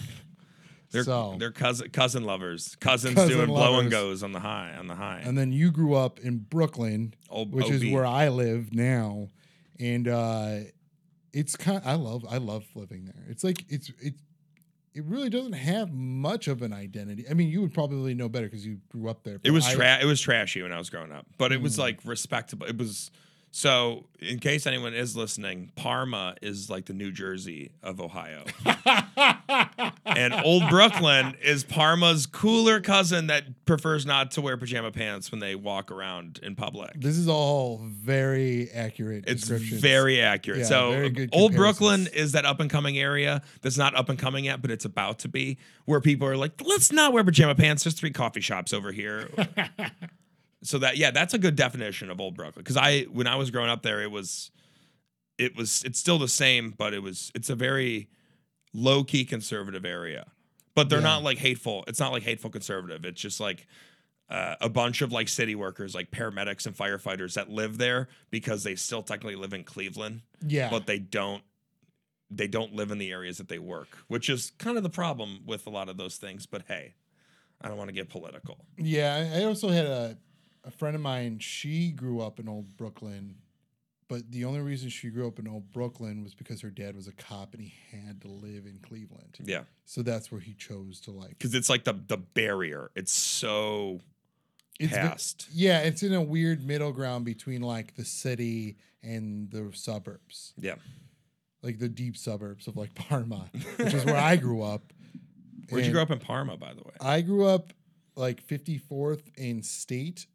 S1: They're
S2: So-
S1: they're cousin cousin lovers. Cousins
S2: Cousin
S1: doing blow and
S2: lovers.
S1: goes on the high on the high. Oh,
S2: And then you grew up in Brooklyn.
S1: Old
S2: which is
S1: OB.
S2: where I live now, and uh, it's kind. I love I love living there. It's like it's it. It really doesn't have much of an identity. I mean, you would probably know better because you grew up there.
S1: it
S2: but
S1: was
S2: I- Mm.
S1: tra- it was trashy when I was growing up, but it was like respectable. It was so in case anyone is listening, Parma is like the New Jersey of Ohio. and old Brooklyn is Parma's cooler cousin that prefers not to wear pajama pants when they walk around in public.
S2: This is all very accurate.
S1: It's
S2: descriptions.
S1: very accurate.
S2: Yeah,
S1: so
S2: very good
S1: old Brooklyn
S2: comparisons.
S1: is that up and coming area that's not up and coming yet, but it's about to be, where people are like, let's not wear pajama pants. There's three coffee shops over here. so that yeah, that's a good definition of old Brooklyn. Because I when I was growing up there, it was it was it's still the same, but it was it's a very low key conservative area. But they're
S2: Yeah.
S1: not like hateful. It's not like hateful conservative. It's just like uh, a bunch of like city workers, like paramedics and firefighters that live there because they still technically live in Cleveland,
S2: yeah.
S1: but they don't they don't live in the areas that they work, which is kind of the problem with a lot of those things. But hey, I don't want to get political.
S2: Yeah, I I also had a, a friend of mine. She grew up in old Brooklyn, but the only reason she grew up in old Brooklyn was because her dad was a cop and he had to live in Cleveland.
S1: Yeah,
S2: So that's where he chose to like.
S1: because it's like the the barrier. It's so
S2: It's ve-
S1: past.
S2: yeah, it's in a weird middle ground between like the city and the suburbs,
S1: yeah,
S2: like the deep suburbs of like Parma, which is where I grew up.
S1: where'd you
S2: And
S1: grow up in Parma, by the way?
S2: I grew up like 54th in state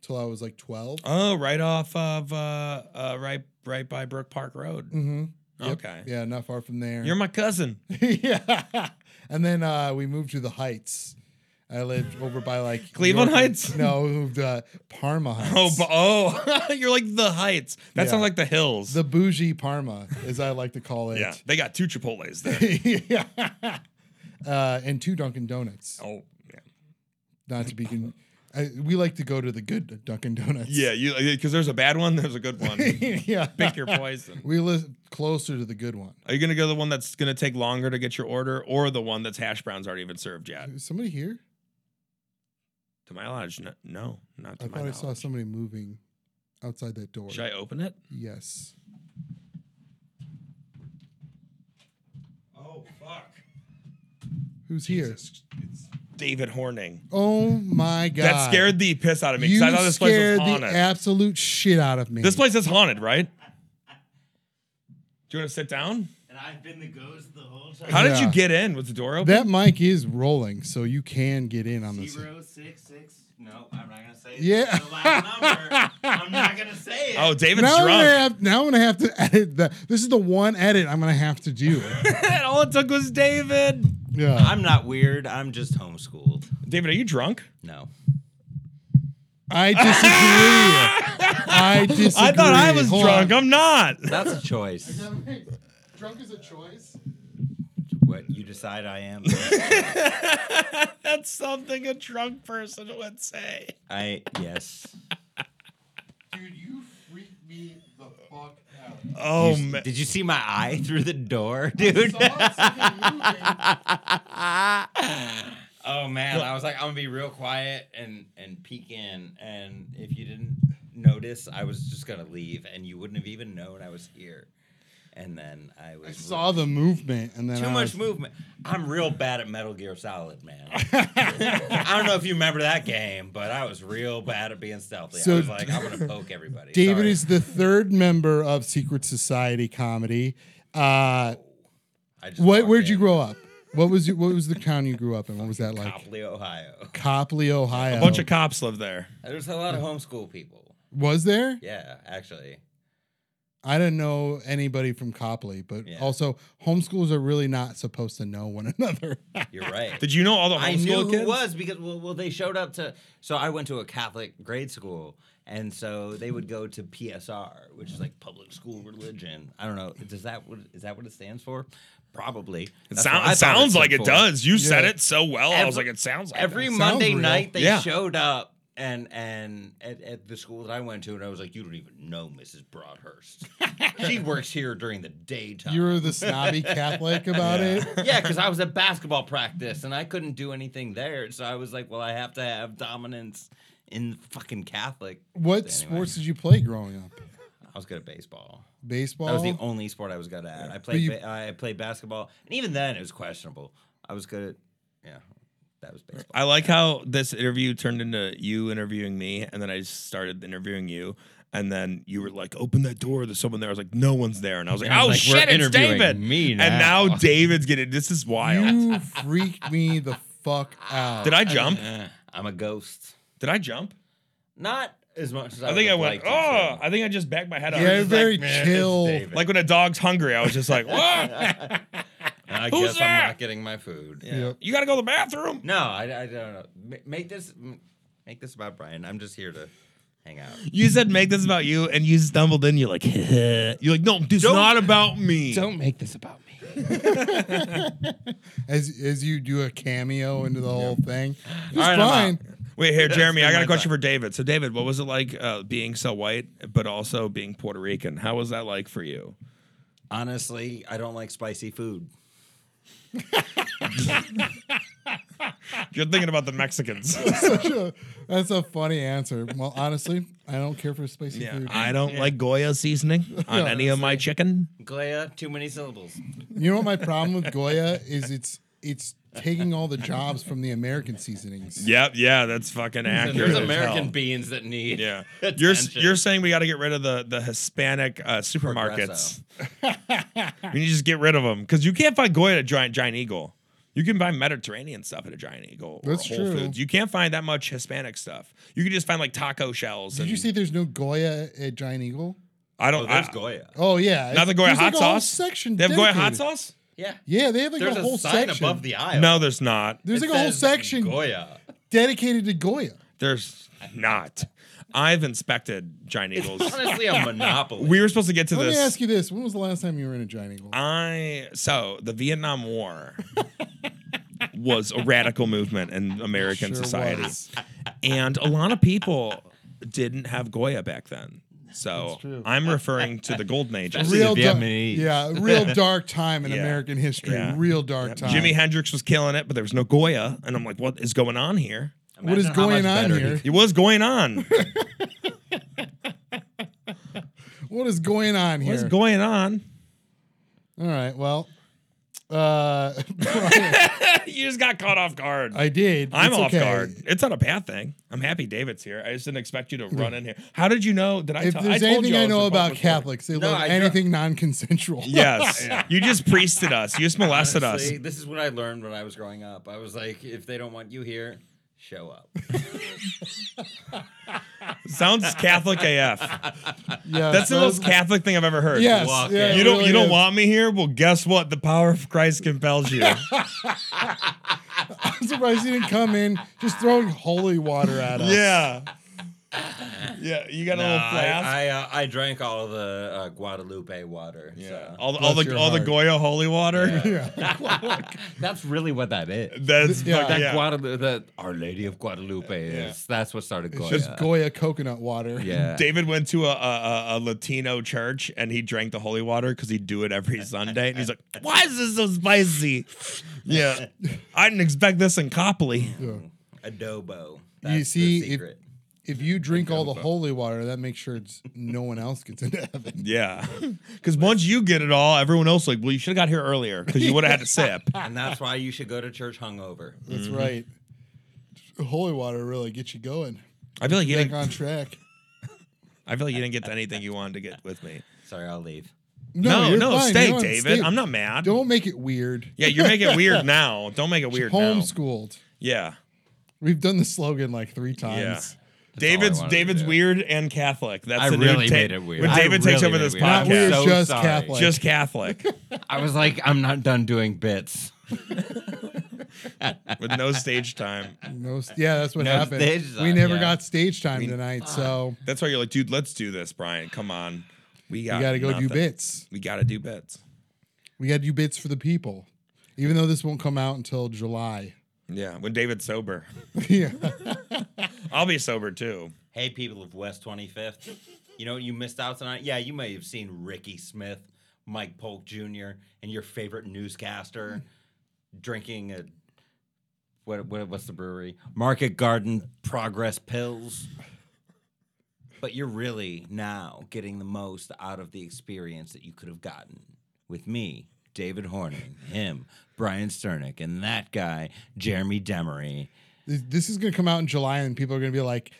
S2: till I was like 12.
S1: Oh, right off of uh, uh right right by Brook Park Road.
S2: Mm-hmm. Yep.
S1: Okay,
S2: Yeah, not far from there.
S1: you're my cousin.
S2: yeah. And then uh, we moved to the Heights. I lived over by like
S1: Cleveland
S2: York-
S1: Heights?
S2: No, we moved to Parma Heights.
S1: Oh, bu- oh, you're like the heights. That
S2: Yeah.
S1: sounds like the hills.
S2: the bougie Parma, as I like to call it.
S1: yeah, they got two Chipotle's there.
S2: yeah. Uh, and two Dunkin' Donuts,
S1: oh, yeah.
S2: not to be con- I, we like to go to the good Dunkin' Donuts.
S1: Yeah, you because there's a bad one, there's a good one.
S2: yeah.
S1: Pick your poison.
S2: We live closer to the good one.
S1: Are you gonna go the one that's gonna take longer to get your order, or the one that's hash browns aren't even served yet?
S2: Is somebody here?
S1: To my knowledge, no, no not to
S2: I thought
S1: my
S2: I
S1: knowledge.
S2: saw somebody moving outside that door.
S1: Should I open it?
S2: Yes.
S1: Oh fuck!
S2: Who's here?
S1: David Horning.
S2: Oh my god.
S1: That scared the piss out of me
S2: you
S1: because I thought this place was
S2: scared
S1: haunted.
S2: the absolute shit out of me.
S1: This place is haunted, right? Do you want to sit down?
S3: And I've been the ghost the whole time.
S1: How did you
S2: Yeah.
S1: get in? Was the door open?
S2: That mic is rolling, so you can get in on this.
S3: Zero six six. No, I'm not gonna say it.
S2: Yeah.
S3: It's the last number. I'm not gonna say it.
S1: oh, David's
S2: Now I'm, gonna
S1: drunk.
S2: have, now I'm gonna have to edit that. This is the one edit I'm gonna have to do.
S1: All it took was David.
S2: yeah.
S3: I'm not weird. I'm just homeschooled.
S1: David, are you drunk?
S3: No.
S2: I disagree. I disagree.
S1: I thought I was
S2: Hold
S1: drunk.
S2: on.
S1: I'm not.
S3: That's a choice.
S2: Drunk is a choice.
S3: What you decide I am.
S1: That's something a drunk person would say.
S3: I yes.
S2: Dude, you freak me the fuck out.
S1: Oh
S3: You-
S1: man.
S3: Did you see my eye through the door, dude? oh man, I was like, I'm gonna be real quiet and and peek in, and if you didn't notice, I was just gonna leave, and you wouldn't have even known I was here. And then I was
S2: I saw the movement and then
S3: too
S2: I
S3: much
S2: was-
S3: movement. I'm real bad at Metal Gear Solid, man. I don't know if you remember that game, but I was real bad at being stealthy. I
S2: So-
S3: was like, I'm gonna poke everybody.
S2: David
S3: Sorry.
S2: is the third member of Secret Society comedy. Uh,
S3: I just
S2: what?
S3: walked
S2: Where'd you
S3: in.
S2: grow up? What was your, what was the town you grew up in? What was that like?
S3: Copley, Ohio.
S2: Copley, Ohio.
S1: A bunch of cops live there.
S3: There's a lot of homeschool people.
S2: was there?
S3: Yeah, actually.
S2: I didn't know anybody from Copley, but
S3: Yeah.
S2: also homeschools are really not supposed to know one another.
S3: You're right.
S1: Did you know all the homeschool
S3: I knew
S1: kids?
S3: who was because well, well, they showed up to. So I went to a Catholic grade school, and so they would go to PSR, which is like public school religion. I don't know. Does that what is that what it stands for? Probably.
S1: It,
S3: That's
S1: sound-
S3: what I
S1: it
S3: thought
S1: sounds
S3: stood
S1: like it
S3: for.
S1: does. You said
S2: Yeah.
S1: it so well. I was
S3: Every-
S1: like, it sounds like
S3: Every
S1: that.
S2: Sounds
S3: Monday
S2: real.
S3: night they
S1: Yeah.
S3: showed up. And and at, at the school that I went to, and I was like, you don't even know Mrs. Broadhurst. she works here during the daytime.
S2: you were the snobby Catholic about it.
S3: yeah, because I was at basketball practice and I couldn't do anything there. So I was like, well, I have to have dominance in fucking Catholic.
S2: What
S3: Anyway,
S2: sports did you play growing up?
S3: I was good at baseball.
S2: Baseball.
S3: That was the only sport I was good at. I played.
S2: you-
S3: ba- I played basketball, and even then it was questionable. I was good at. Yeah, that was baseball.
S1: I like how this interview turned into you interviewing me, and then I started interviewing you, and then you were like, "Open that door, there's someone there." I was like, "No one's there," and I was like,
S3: And I
S1: "Oh
S3: was like, we're
S1: shit, it's
S3: interviewing
S1: David!"
S3: me
S1: And
S3: now.
S1: now David's getting this is wild.
S2: you freaked me the fuck out.
S1: Did I jump?
S3: I'm a ghost.
S1: Did I jump?
S3: Not as much as I.
S1: I think I
S3: would have
S1: went.
S3: liked to,
S1: Oh, I think I just backed my head up.
S2: Yeah,
S1: Just
S2: very
S1: like, "Meh."
S2: chill.
S3: David.
S1: Like when a dog's hungry, I was just like, "What?
S3: so. I
S1: Who's
S3: guess
S1: that?
S3: I'm not getting my food.
S2: Yep.
S1: you gotta go to the bathroom."
S3: No, I, I don't know. Ma- Make this m- make this about Brian. I'm just here to hang out.
S1: You said make this about you, and you stumbled in. You're like, "You're like, no, this is
S3: Don't-
S1: not about me."
S3: make this about me.
S2: As as you do a cameo into the whole thing, it's
S3: right, I'm
S2: fine.
S1: Wait here, Jeremy.
S3: been
S1: I got
S3: my
S1: a question for David. So, David, what was it like uh, being so white, but also being Puerto Rican? How was that like for you?
S3: Honestly, I don't like spicy food.
S1: You're thinking about the Mexicans.
S2: Such a- that's a funny answer. Well, honestly, I don't care for spicy
S1: yeah,
S2: food.
S1: I don't like Goya seasoning on any of my chicken.
S3: Glea, too many syllables.
S2: you know what my problem with Goya is? It's it's taking all the jobs from the American seasonings.
S1: Yep, yeah, that's fucking accurate.
S3: There's
S1: as
S3: American
S1: hell.
S3: beans that need.
S1: Yeah, you're s-
S3: Attention.
S1: you're saying we got to get rid of the the Hispanic uh, supermarkets. we need to just get rid of them because you can't find Goya at a giant giant eagle. You can buy Mediterranean stuff at a giant eagle or
S2: That's
S1: Whole
S2: true.
S1: Foods. You can't find that much Hispanic stuff. You can just find like taco shells.
S2: Did
S1: and
S2: you see there's no Goya at Giant Eagle?
S1: I
S3: Oh,
S1: don't.
S3: there's
S1: I-
S3: Goya.
S2: Oh yeah,
S1: Not the Goya
S2: There's like
S1: hot
S2: a whole
S1: sauce.
S2: section.
S1: They have Goya hot
S2: dedicated.
S1: sauce?
S3: Yeah.
S2: Yeah, they have like
S3: There's
S2: a
S3: a,
S2: whole
S3: sign
S2: section
S3: above the aisle.
S1: No, there's not.
S2: There's
S3: It
S2: like a whole
S3: says
S2: section
S3: Goya.
S2: dedicated to Goya.
S1: There's not. I've inspected giant eagles.
S3: Honestly, a monopoly.
S1: we were supposed to get to
S2: Let
S1: this.
S2: me ask you this: When was the last time you were in a giant eagle?
S1: I so the Vietnam War was a radical movement in American
S2: Sure
S1: society.
S2: was.
S1: and a lot of people didn't have Goya back then. So
S2: That's true.
S1: I'm referring to the golden age.
S3: Especially
S2: real
S3: the
S2: dark,
S3: Vietnamese.
S2: yeah, a real dark time in
S1: Yeah.
S2: American history.
S1: Yeah.
S2: Real dark time.
S1: Jimi Hendrix was killing it, but there was no Goya, and I'm like, what is going on here?
S2: What is
S3: Imagine how
S2: going
S3: much
S2: on
S3: better
S2: here?
S1: It was going on.
S2: What is going on here?
S1: What's going on?
S2: All right, well, uh,
S1: you just got caught off guard.
S2: I did.
S1: I'm
S2: It's
S1: off
S2: okay.
S1: guard. It's not a bad thing. I'm happy David's here. I just didn't expect you to run in here. How did you know that I?
S2: If
S1: tell-
S2: there's
S1: I told
S2: anything
S1: you
S2: I
S1: was
S2: know
S1: a
S2: about
S1: public worker.
S2: Catholics, they
S3: No,
S2: love
S3: I dro-
S2: anything non-consensual.
S1: Yes, you just priested us. You just molested
S3: Honestly,
S1: us.
S3: This is what I learned when I was growing up. I was like, if they don't want you here, show up.
S1: Sounds Catholic AF.
S2: yeah,
S1: That's the
S2: that was-
S1: most Catholic thing I've ever heard.
S2: Yes,
S3: Walk
S2: yeah,
S3: in.
S2: it
S1: You don't.
S2: really
S1: You don't
S2: is.
S1: want me here. Well, guess what? The power of Christ compels you.
S2: I'm surprised you didn't come in just throwing holy water at us.
S1: yeah. Yeah. You got a
S3: No,
S1: little flask.
S3: I I, uh, I drank all of the uh, Guadalupe water.
S1: yeah.
S3: so-
S1: All, the-
S2: Bless
S1: all the
S2: your
S1: all the
S2: heart.
S1: Goya holy water.
S2: Yeah.
S1: Oh.
S3: That's really what that is.
S1: That's
S2: Yeah.
S1: fuck-
S3: That
S1: yeah.
S3: Guadalupe, that Our Lady of Guadalupe is. That's what started
S2: It's
S3: Goya.
S2: just Goya coconut water.
S3: yeah.
S1: David went to a, a, a- a Latino church and he drank the holy water because he'd do it every Sunday. And he's like, why is this so spicy? Yeah. I didn't expect this in Copley.
S2: Yeah.
S3: Adobo.
S2: You
S3: That's
S2: see,
S3: the
S2: if-
S3: secret.
S2: If you drink all the holy water, that makes sure it's no one else gets into heaven.
S1: Yeah. Because once you get it all, everyone else like, well, you should have got here earlier because you would have had to sip.
S3: and that's why you should go to church hungover.
S2: That's right. Holy water really gets you going.
S1: I feel like you
S2: Back
S1: didn't.
S2: on track. uh,
S1: I feel like you didn't get to anything you wanted to get with me.
S3: Sorry, I'll leave.
S1: No, no,
S2: you're fine.
S1: stay,
S2: You're on-
S1: David.
S2: stay.
S1: I'm not mad.
S2: Don't make it weird.
S1: Yeah, you're making it weird now. Don't make it weird now.
S2: Homeschooled.
S1: Yeah,
S2: We've done the slogan like three
S1: yeah.
S2: times.
S1: David's
S3: wanted to
S1: David's
S3: do.
S1: weird and Catholic. That's
S3: I
S1: the new
S3: really
S1: ta-
S3: made it weird.
S1: When
S3: I
S1: David takes
S3: really
S1: over
S3: made it
S1: this
S3: weird.
S1: podcast,
S3: Not
S2: Not weird,
S3: so
S2: just
S3: sorry.
S2: Catholic.
S1: just Catholic
S3: I was like, I'm not done doing bits.
S1: with no stage time.
S2: No s- yeah, that's what
S3: No
S2: happened.
S3: stage
S2: we
S3: time,
S2: never
S3: yeah.
S2: got stage time tonight, so
S1: That's why you're like, dude, let's do this, Brian. Come on, we got
S2: we got to go
S1: nothing.
S2: do bits.
S1: We got to do bits.
S2: We got to do bits for the people, even though this won't come out until July.
S1: Yeah, when David's sober,
S2: yeah,
S1: I'll be sober too.
S3: Hey, people of West 25th, you know what you missed out tonight? Yeah, you may have seen Ricky Smith, Mike Polk Jr., and your favorite newscaster drinking a what, what what's the brewery? Market Garden Progress Pills. But you're really now getting the most out of the experience that you could have gotten with me, David Horning, him, Brian Sternick, and that guy, Jeremy Demery.
S2: this, this is gonna come out in July, and people are gonna be like,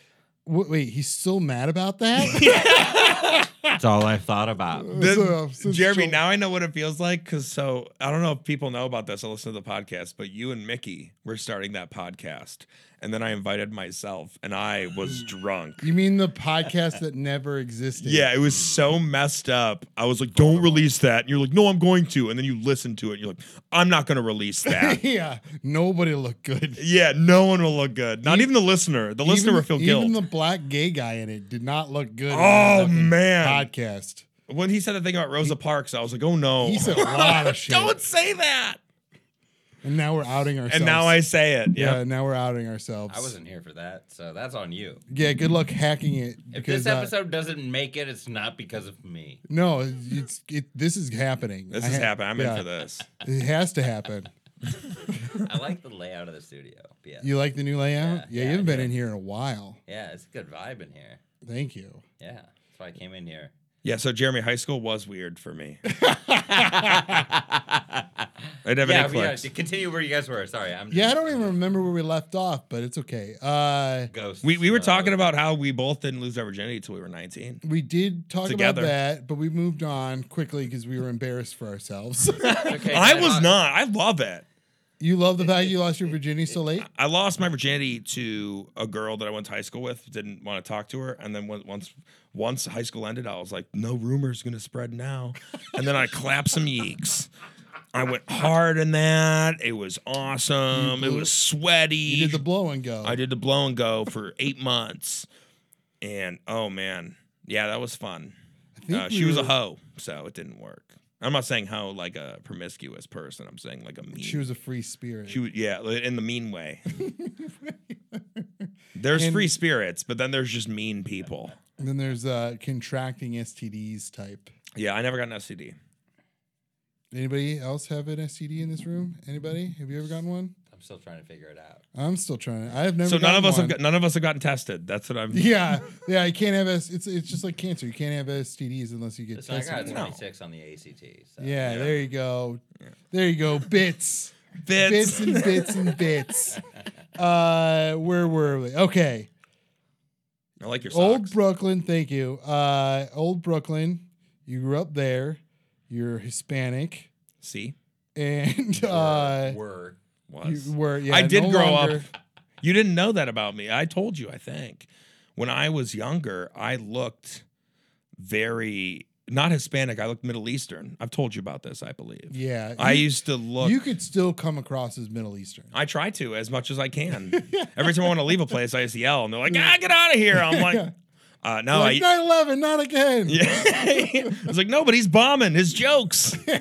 S2: "Wha- "Wait, he's still mad about that?"
S3: That's all I've thought about.
S1: This-
S2: So, since
S1: Jeremy,
S2: Jul-
S1: now I know what it feels like because so I don't know if people know about this. I listen to the podcast, but you and Mickey were starting that podcast, and then I invited myself, and I was drunk.
S2: you mean the podcast that never existed?
S1: Yeah, it was so messed up. I was like, "Don't release that," and you're like, "No, I'm going to." And then you listen to it, and you're like, "I'm not going to release that."
S2: yeah. Nobody looked good.
S1: yeah, no one will look good. Not even the listener. The listener
S2: even,
S1: will feel guilt.
S2: Even the black gay guy in it did not look good. in that
S1: oh
S2: fucking
S1: man!
S2: podcast.
S1: When he said the thing about Rosa Parks, I was like, "Oh no!"
S2: He said a lot of shit.
S1: Don't say that.
S2: And now we're outing ourselves.
S1: And now I say it.
S2: yeah.
S1: Yeah.
S2: now we're outing ourselves.
S3: I wasn't here for that, so that's on you.
S2: Yeah, good luck hacking it.
S3: If this
S2: uh,
S3: episode doesn't make it, it's not because of me.
S2: no, it's it, this is happening.
S1: This
S2: I
S1: is
S2: ha-
S1: happening. I'm
S2: yeah,
S1: in for this.
S2: It has to happen.
S3: I like the layout of the studio. Yeah.
S2: You like the new layout?
S3: Yeah,
S2: Yeah,
S3: yeah,
S2: you haven't
S3: I
S2: been
S3: do.
S2: in here in a while.
S3: Yeah, it's a good vibe in here.
S2: Thank you.
S3: Yeah. That's why I came in here.
S1: Yeah. So Jeremy, high school was weird for me. I didn't have
S3: yeah,
S1: any
S3: we gotta
S1: clicks.
S3: continue where you guys were. Sorry, I'm
S2: Yeah, I
S3: just-
S2: don't even remember where we left off, but it's okay. Uh,
S3: ghosts.
S1: We, we were
S3: uh,
S1: talking about how we both didn't lose our virginity until we were 19.
S2: we did talk
S1: Together.
S2: about that, but we moved on quickly because we were embarrassed for ourselves.
S3: Okay,
S1: I
S3: so
S1: was
S3: I-
S1: not. I love it.
S2: you love the fact you lost your virginity so late?
S1: I lost my virginity to a girl that I went to high school with. Didn't want to talk to her, and then when- once once high school ended, I was like, "No rumors gonna spread now." And then I clapped some yeeks. I went hard in that. It was awesome. It was sweaty.
S2: You did the blow and go.
S1: I did the blow and go for eight months, and oh man, yeah, that was fun.
S2: I think
S1: Uh,
S2: we
S1: she was a
S2: were-
S1: hoe, so it didn't work. I'm not saying hoe like a promiscuous person. I'm saying like a mean.
S2: She was a free spirit.
S1: She was yeah, li- in the mean way. There's
S2: And-
S1: free spirits, but then there's just mean people.
S2: And then there's uh, contracting STDs type.
S1: Yeah, I never got an STD.
S2: Anybody else have an STD in this room? Anybody? Have you ever gotten one?
S3: I'm still trying to figure it out.
S2: I'm still trying. to- I have never.
S1: so none
S2: gotten
S1: of us
S2: one.
S1: have got, none of us have gotten tested. That's what I'm.
S2: Yeah, yeah. You can't have S. It's it's just like cancer. You can't have STDs unless you get
S3: So I
S2: tested.
S3: got a
S2: for it.
S1: No.
S3: 26 on the ACT. So.
S2: Yeah,
S1: Yeah.
S2: there you go. There you go. Bits.
S1: Fitz.
S2: Bits and bits and bits. Uh, where were we? Okay.
S1: I like your
S2: Old
S1: socks.
S2: Brooklyn, thank you. Uh, old Brooklyn, you grew up there. You're Hispanic,
S1: See,
S2: and
S3: Were-
S2: uh,
S3: were.
S1: was
S2: you were. Yeah,
S1: I did
S2: no
S1: grow
S2: longer-
S1: up. You didn't know that about me. I told you. I think when I was younger, I looked very not Hispanic. I looked Middle Eastern. I've told you about this. I believe.
S2: Yeah,
S1: I
S2: you,
S1: used to look.
S2: you could still come across as Middle Eastern.
S1: I try to as much as I can. Every time I want to leave a place, I just yell, and they're like, "Ah, get out of here!" I'm like, uh, "No,
S2: like
S1: I."
S2: 9/11, not again.
S1: Yeah. I was like, "No, but he's bombing his jokes." Uh,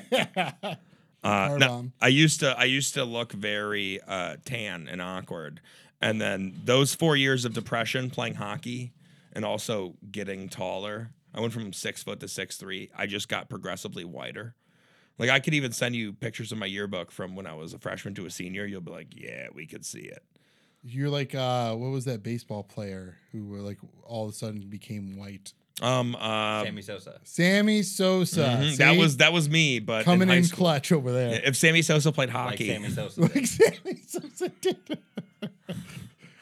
S2: Car
S1: no,
S2: bomb.
S1: I used to I used to look very uh, tan and awkward, and then those four years of depression, playing hockey, and also getting taller. I went from six foot to six three. I just got progressively whiter. Like I could even send you pictures of my yearbook from when I was a freshman to a senior. You'll be like, yeah, we could see it.
S2: You're like, uh, what was that baseball player who were like all of a sudden became white?
S1: Um, uh,
S3: Sammy uh, Sosa.
S2: Sammy Sosa.
S1: mhm, that
S2: See?
S1: was that was me, but
S2: coming
S1: in, high
S2: in
S1: school.
S2: clutch over there.
S1: If Sammy Sosa played
S3: Like
S1: hockey,
S3: Sammy Sosa.
S2: Like
S3: did.
S2: Sammy Sosa did.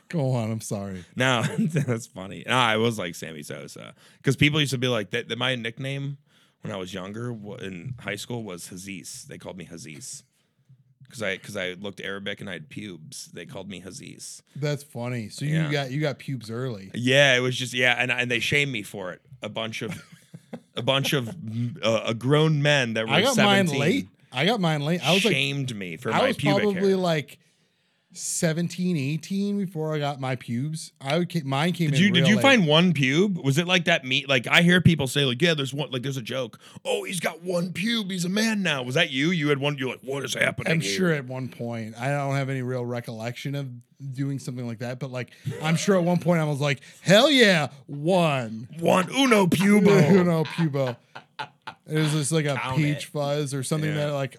S2: Go on, I'm sorry.
S1: No, that's funny. No, I was like Sammy Sosa because people used to be like that. that my nickname when I was younger wa- in high school was Hazis. They called me Hazis because I because I looked Arabic and I had pubes. They called me Hazis.
S2: That's funny. So
S1: Yeah.
S2: you got you got pubes early.
S1: Yeah, it was just yeah, and and they shamed me for it. A bunch of a bunch of uh, uh, grown men that were
S2: I got
S1: 17
S2: mine late. I got mine late. I was like
S1: shamed me for
S2: I
S1: my
S2: was
S1: pubic
S2: probably
S1: hair.
S2: like 17, 18 before I got my pubes. I would ca- mine came
S1: Did
S2: in
S1: you did
S2: real
S1: you
S2: late.
S1: find one pube? Was it like that meat? Like I hear people say like yeah, there's one like there's a joke. Oh, he's got one pube. He's a man now. Was that you? You had one. You're like, what is happening?
S2: I'm
S1: here?
S2: sure at one point I don't have any real recollection of doing something like that, but like I'm sure at one point I was like, "Hell yeah, one
S1: one uno pubo.
S2: you know pubo." It was just like a
S3: Count
S2: peach
S3: it.
S2: fuzz or something
S1: Yeah.
S2: that like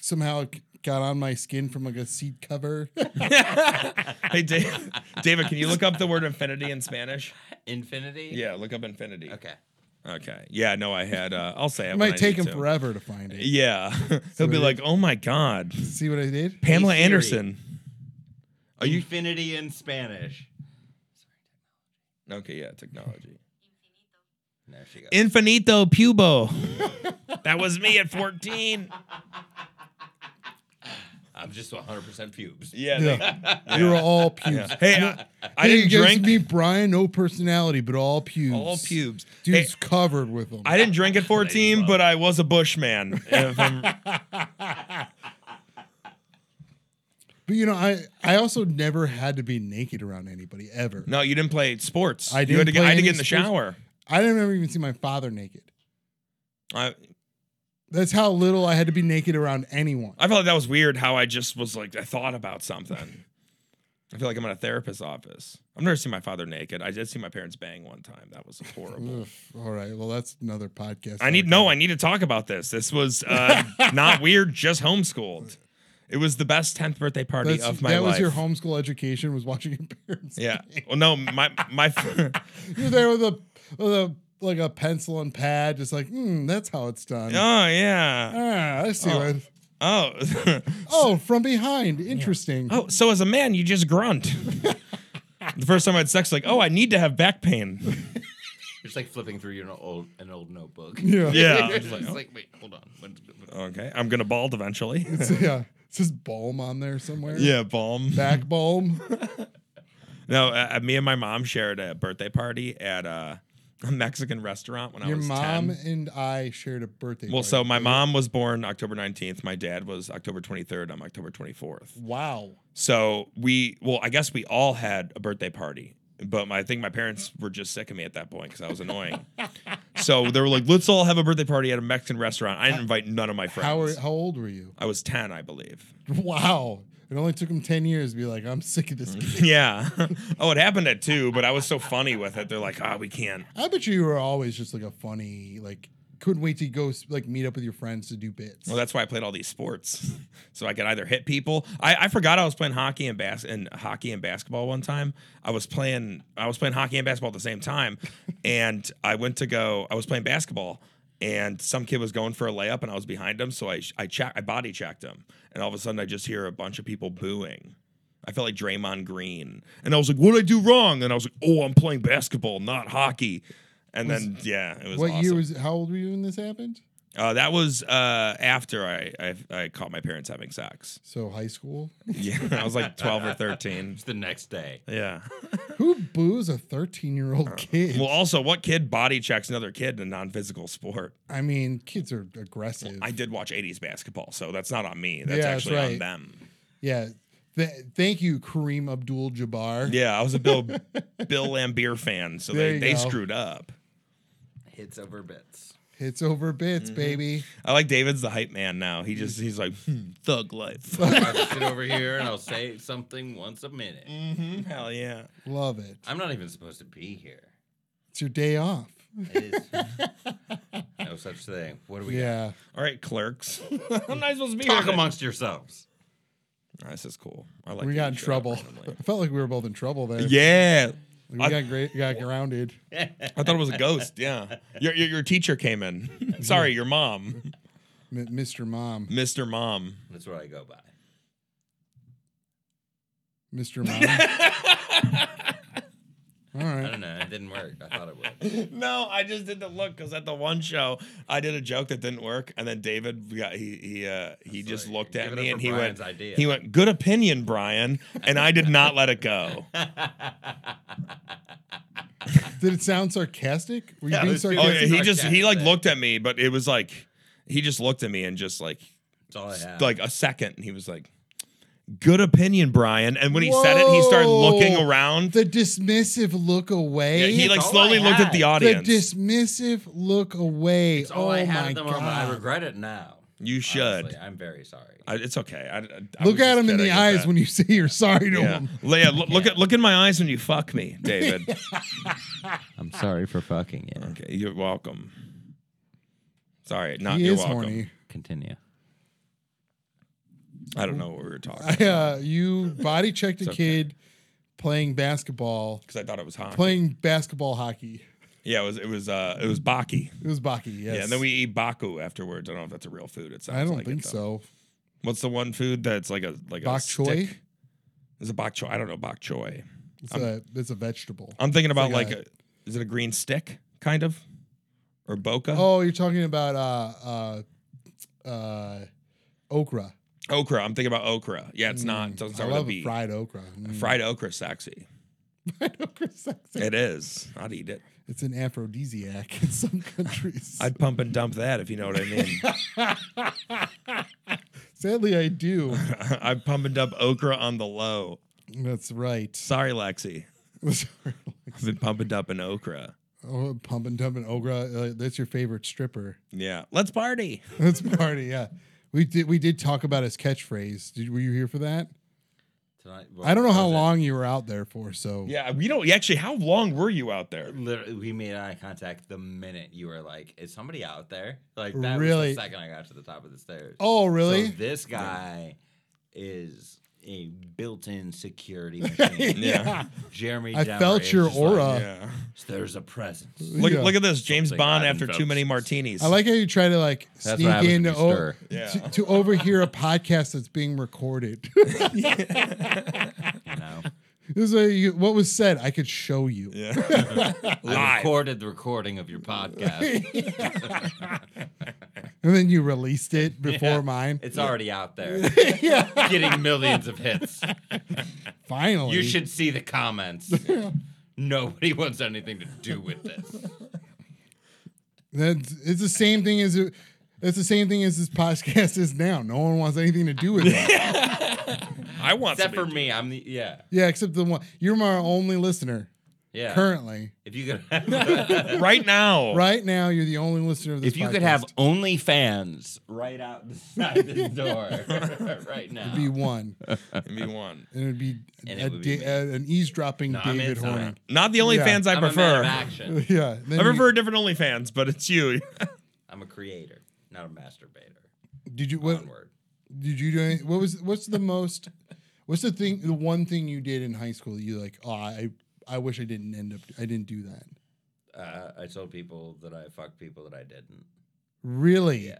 S2: somehow got on my skin from like a seat cover.
S1: hey Dave, David, can you look up the word infinity in Spanish?
S3: Infinity?
S1: Yeah, look up infinity.
S3: Okay.
S1: Okay. Yeah. No, I had. Uh, I'll say
S2: It
S1: it. when
S2: might
S1: I
S2: take him
S1: need to.
S2: forever to find it.
S1: Yeah, he'll be
S2: it
S1: like, oh my god,
S2: See what I did?
S1: Pamela
S3: Siri.
S1: Anderson. Are you
S3: Infinity in Spanish.
S1: okay? Yeah, technology.
S3: There she goes.
S1: Infinito pubo. that was me at 14.
S3: I'm just 100% pubes.
S1: Yeah. they-
S2: Yeah. You were all pubes.
S1: Hey, I, I
S2: Hey,
S1: didn't
S2: you guys
S1: drink
S2: Me, Brian, no personality, but all pubes.
S1: all pubes. Hey,
S2: Dude's covered with them.
S1: I didn't drink at 14,
S3: love.
S1: but I was a bushman. If I'm-
S2: But you know, I I also never had to be naked around anybody ever.
S1: no, you didn't play sports.
S2: I
S1: You
S2: didn't
S1: had to get,
S2: play
S1: I had to
S2: any
S1: get in the
S2: sports.
S1: shower.
S2: I didn't ever even see my father naked.
S1: I,
S2: That's how little I had to be naked around anyone.
S1: I felt like that was weird how I just was like, I thought about something. I feel like I'm in a therapist's office. I've never seen my father naked. I did see my parents bang one time. That was horrible.
S2: Ugh, all right, well that's another podcast.
S1: I need no. I need to talk about this. This was uh, not weird. Just homeschooled. It was the best 10th birthday party
S2: That's,
S1: of my
S2: that was
S1: life.
S2: your homeschool education was watching your parents.
S1: Yeah. Well, no, my my
S2: You're there with a with a like a pencil and pad, just like, hmm, that's how it's done.
S1: Oh yeah.
S2: Ah, I see
S1: Oh.
S2: what.
S1: Oh.
S2: Oh, from behind. Interesting.
S1: oh, so as a man, you just grunt. the first time I had sex, like, oh, I need to have back pain.
S3: It's like flipping through your old, an old notebook.
S2: Yeah.
S1: Yeah. I
S3: it's
S1: was like,
S3: like,
S1: oh,
S3: wait, hold on. What- what-
S1: okay, I'm gonna bald eventually.
S2: It's, yeah. It says balm on there somewhere.
S1: yeah, balm.
S2: Back balm.
S1: No, uh, me and my mom shared a birthday party at uh, a Mexican restaurant when I
S2: Your
S1: was
S2: mom
S1: 10.
S2: and I shared a birthday.
S1: Well,
S2: party.
S1: so my mom was born October 19th. My dad was October 23rd. I'm October 24th.
S2: Wow.
S1: So we, well, I guess we all had a birthday party, but my, I think my parents were just sick of me at that point because I was annoying. so they were like, let's all have a birthday party at a Mexican restaurant. I didn't invite none of my friends.
S2: How, are, how old were you?
S1: I was 10, I believe.
S2: Wow. It only took him 10 years to be like, I'm sick of this.
S1: Mm-hmm.
S2: kid."
S1: yeah. oh, it happened at two, but I was so funny with it. They're like, ah, we can't.
S2: I bet you you were always just like a funny, like, couldn't wait to go s- like meet up with your friends to do bits.
S1: Well, that's why I played all these sports, so I could either hit people. I, I forgot I was playing hockey and bas- and hockey and basketball one time. I was playing I was playing hockey and basketball at the same time, and I went to go. I was playing basketball, and some kid was going for a layup, and I was behind him, so I sh- I check I body checked him, and all of a sudden I just hear a bunch of people booing. I felt like Draymond Green, and I was like, "What did I do wrong?" And I was like, "Oh, I'm playing basketball, not hockey." And then yeah, it was
S2: what
S1: awesome.
S2: year was how old were you when this happened?
S1: Uh, that was uh, after I, I I caught my parents having sex.
S2: So high school.
S1: Yeah, I was like twelve or thirteen.
S3: It's the next day.
S1: Yeah.
S2: Who boos a 13 year old kid?
S1: Well, also, what kid body checks another kid in a non-physical sport?
S2: I mean, kids are aggressive.
S1: I did watch '80s basketball, so that's not on me. That's
S2: Yeah, that's
S1: actually on
S2: right.
S1: them.
S2: yeah. Th- thank you, Kareem Abdul-Jabbar.
S1: Yeah, I was a Bill Bill Lambier fan, so
S2: There
S1: they,
S2: you
S1: they
S2: go.
S1: screwed up.
S3: Hits over bits.
S2: Hits over bits,
S1: Mm-hmm.
S2: baby.
S1: I like David's the hype man now. He just he's like hmm, thug life.
S3: I'll sit over here and I'll say something once a minute.
S2: Mm.
S1: mm-hmm. Hell yeah.
S2: Love it.
S3: I'm not even supposed to be here.
S2: It's your day off.
S3: It is no such thing. What do we got?
S2: Yeah.
S1: All right, clerks. I'm not supposed to be
S3: Talk
S1: here.
S3: amongst yourselves.
S1: This is cool. I like
S2: we
S1: that
S2: got
S1: you
S2: in
S1: showed up
S2: trouble.
S1: randomly.
S2: I felt like we were both in trouble there.
S1: Yeah.
S2: We
S1: I-
S2: got great got grounded.
S1: I thought it was a ghost. Yeah, your your, your teacher came in. Sorry, your mom,
S2: M- Mr. Mom.
S1: Mister Mom.
S3: That's what I go by.
S2: Mr. Mom. All
S3: I
S2: right.
S3: don't know. It didn't work. I thought it would.
S1: No, I just didn't look because at the one show I did a joke that didn't work, and then David got he he uh, he
S3: It's
S1: just
S3: like,
S1: looked
S3: give
S1: at
S3: it
S1: me
S3: up
S1: and
S3: for
S1: he
S3: Brian's
S1: went
S3: idea.
S1: he went good opinion, Brian, and I did not let it go. Oh,
S2: Did it sound sarcastic? Were you
S3: Yeah,
S2: being
S3: let's do it.
S1: Oh
S2: sarcastic?
S1: yeah, he just he like
S3: Sarcastic.
S1: looked at me, but it was like he just looked at me and just like
S3: That's all I have.
S1: like a second, and he was like. Good opinion, Brian. And when he said it, he started looking
S2: Whoa.
S1: around.
S2: The dismissive look away.
S1: Yeah, he
S3: That's
S1: like
S3: all
S1: slowly
S3: I
S1: looked at
S3: had.
S1: the
S3: The
S2: the
S1: audience.
S2: dismissive look away.
S3: it's all
S2: oh
S3: I had
S2: my
S3: at the
S2: god.
S3: moment. I regret it now.
S1: you should.
S3: Honestly, I'm very sorry.
S1: I, it's okay. I, I, I
S2: look
S1: was
S2: at
S1: just
S2: him in
S1: kidding
S2: the
S1: with
S2: eyes
S1: that.
S2: when you say you're sorry to
S1: Yeah,
S2: him.
S1: Leia, look, look at look in my eyes when you fuck me, David.
S3: I'm sorry for fucking it.
S1: okay, you're welcome. Sorry, not
S2: He
S1: you're
S2: is
S1: welcome.
S2: horny.
S3: Continue.
S1: I don't know what we were talking
S2: I, uh, you body checked a
S1: okay.
S2: kid playing basketball,
S1: because I thought it was hockey.
S2: playing basketball hockey.
S1: yeah, it was it was uh it was baki.
S2: It was Baki, yes.
S1: Yeah, and then we eat baku afterwards. I don't know if that's a real food. It sounds
S2: I don't
S1: like it,
S2: think so.
S1: though. What's the one food that's like a like
S2: Bok
S1: a
S2: choy?
S1: stick? Is it bok choy? I don't know bok choy.
S2: It's a it's a vegetable.
S1: I'm thinking about
S2: like
S1: like,
S2: a-
S1: a, is it a green stick kind of or boca?
S2: Oh, you're talking about uh uh uh okra. Mm.
S1: Okra. I'm thinking about okra. Yeah, it's not. Uh, Doesn't
S2: I
S1: start with a
S2: love
S1: B.
S2: fried okra. Mm,
S1: Fried okra's sexy.
S2: fried okra's sexy.
S1: It is. I'd eat it.
S2: It's an aphrodisiac in some countries.
S1: I'd pump and dump that if you know what I mean.
S2: Sadly, I do.
S1: I'd pump and dump okra on the low.
S2: That's right.
S1: Sorry, Lexi.
S2: Sorry.
S1: I've been pumping up an okra.
S2: Oh, pump and dump and okra. Uh, that's your favorite stripper.
S1: Yeah. Let's party.
S2: That's party. Yeah, we did. We did talk about his catchphrase. Did were you here for that?
S3: Tonight,
S2: I don't know
S3: what
S2: how
S3: was it?
S2: long you were out there for. So
S1: Yeah. We don't actually how long were you out there?
S3: Literally, we made eye contact the minute you were like, "Is somebody out there?" Like that
S2: Really?
S3: was the second I got to the top of the stairs.
S2: Oh, really?
S3: So this guy is a built-in security machine.
S1: Yeah.
S3: Jeremy,
S2: I
S3: Demer
S2: felt
S3: is
S2: your
S3: just
S2: aura.
S3: like,
S1: Yeah.
S3: There's a presence.
S1: Look,
S2: Yeah.
S1: look at this. James
S3: Something
S1: Bond
S3: I've
S1: after too
S3: invoked.
S1: many martinis.
S2: I like how you try to like
S3: what
S2: sneak
S3: happens
S2: in
S3: when
S2: to,
S3: you
S2: o-
S3: stir.
S1: Yeah.
S2: to, to overhear a podcast that's being recorded.
S3: You know,
S2: this is what you- what was said. I could show you.
S1: Yeah.
S3: I
S1: Live.
S3: recorded the recording of your podcast.
S2: And then you released it before
S3: Yeah.
S2: mine.
S3: It's already out there, getting millions of hits.
S2: Finally,
S3: You should see the comments. Nobody wants anything to do with this.
S2: That's, it's the same thing as it, it's the same thing as this podcast is now. No one wants anything to do with it.
S1: I want
S3: Except for
S1: somebody to-
S3: me, I'm the yeah.
S2: yeah, except the one you're my only listener.
S3: Yeah.
S2: currently.
S3: if you could have,
S1: right now.
S2: Right now, you're the only listener of this.
S3: if you could have
S2: podcast.
S3: only fans right out the side of this door right now.
S2: It'd be one,
S1: Give me one.
S2: and it'd be,
S3: And
S2: a
S3: it would be
S2: da-
S3: me.
S2: a- an eavesdropping
S3: No, I'm
S2: David
S3: in-
S2: Horning.
S1: Not the only
S2: Yeah.
S1: fans I
S3: I'm a man
S1: prefer.
S3: of
S1: I
S3: action.
S2: yeah, then you-
S1: prefer a different OnlyFans, but it's you.
S3: I'm a creator, not a masturbator.
S2: Did you what?
S3: Onward.
S2: Did you do? Any, what was? What's the most? What's the thing? The one thing you did in high school that you like? Oh, I I wish I didn't end up. I didn't do that.
S3: Uh, I told people that I fucked people that I didn't.
S2: Really?
S3: Yeah.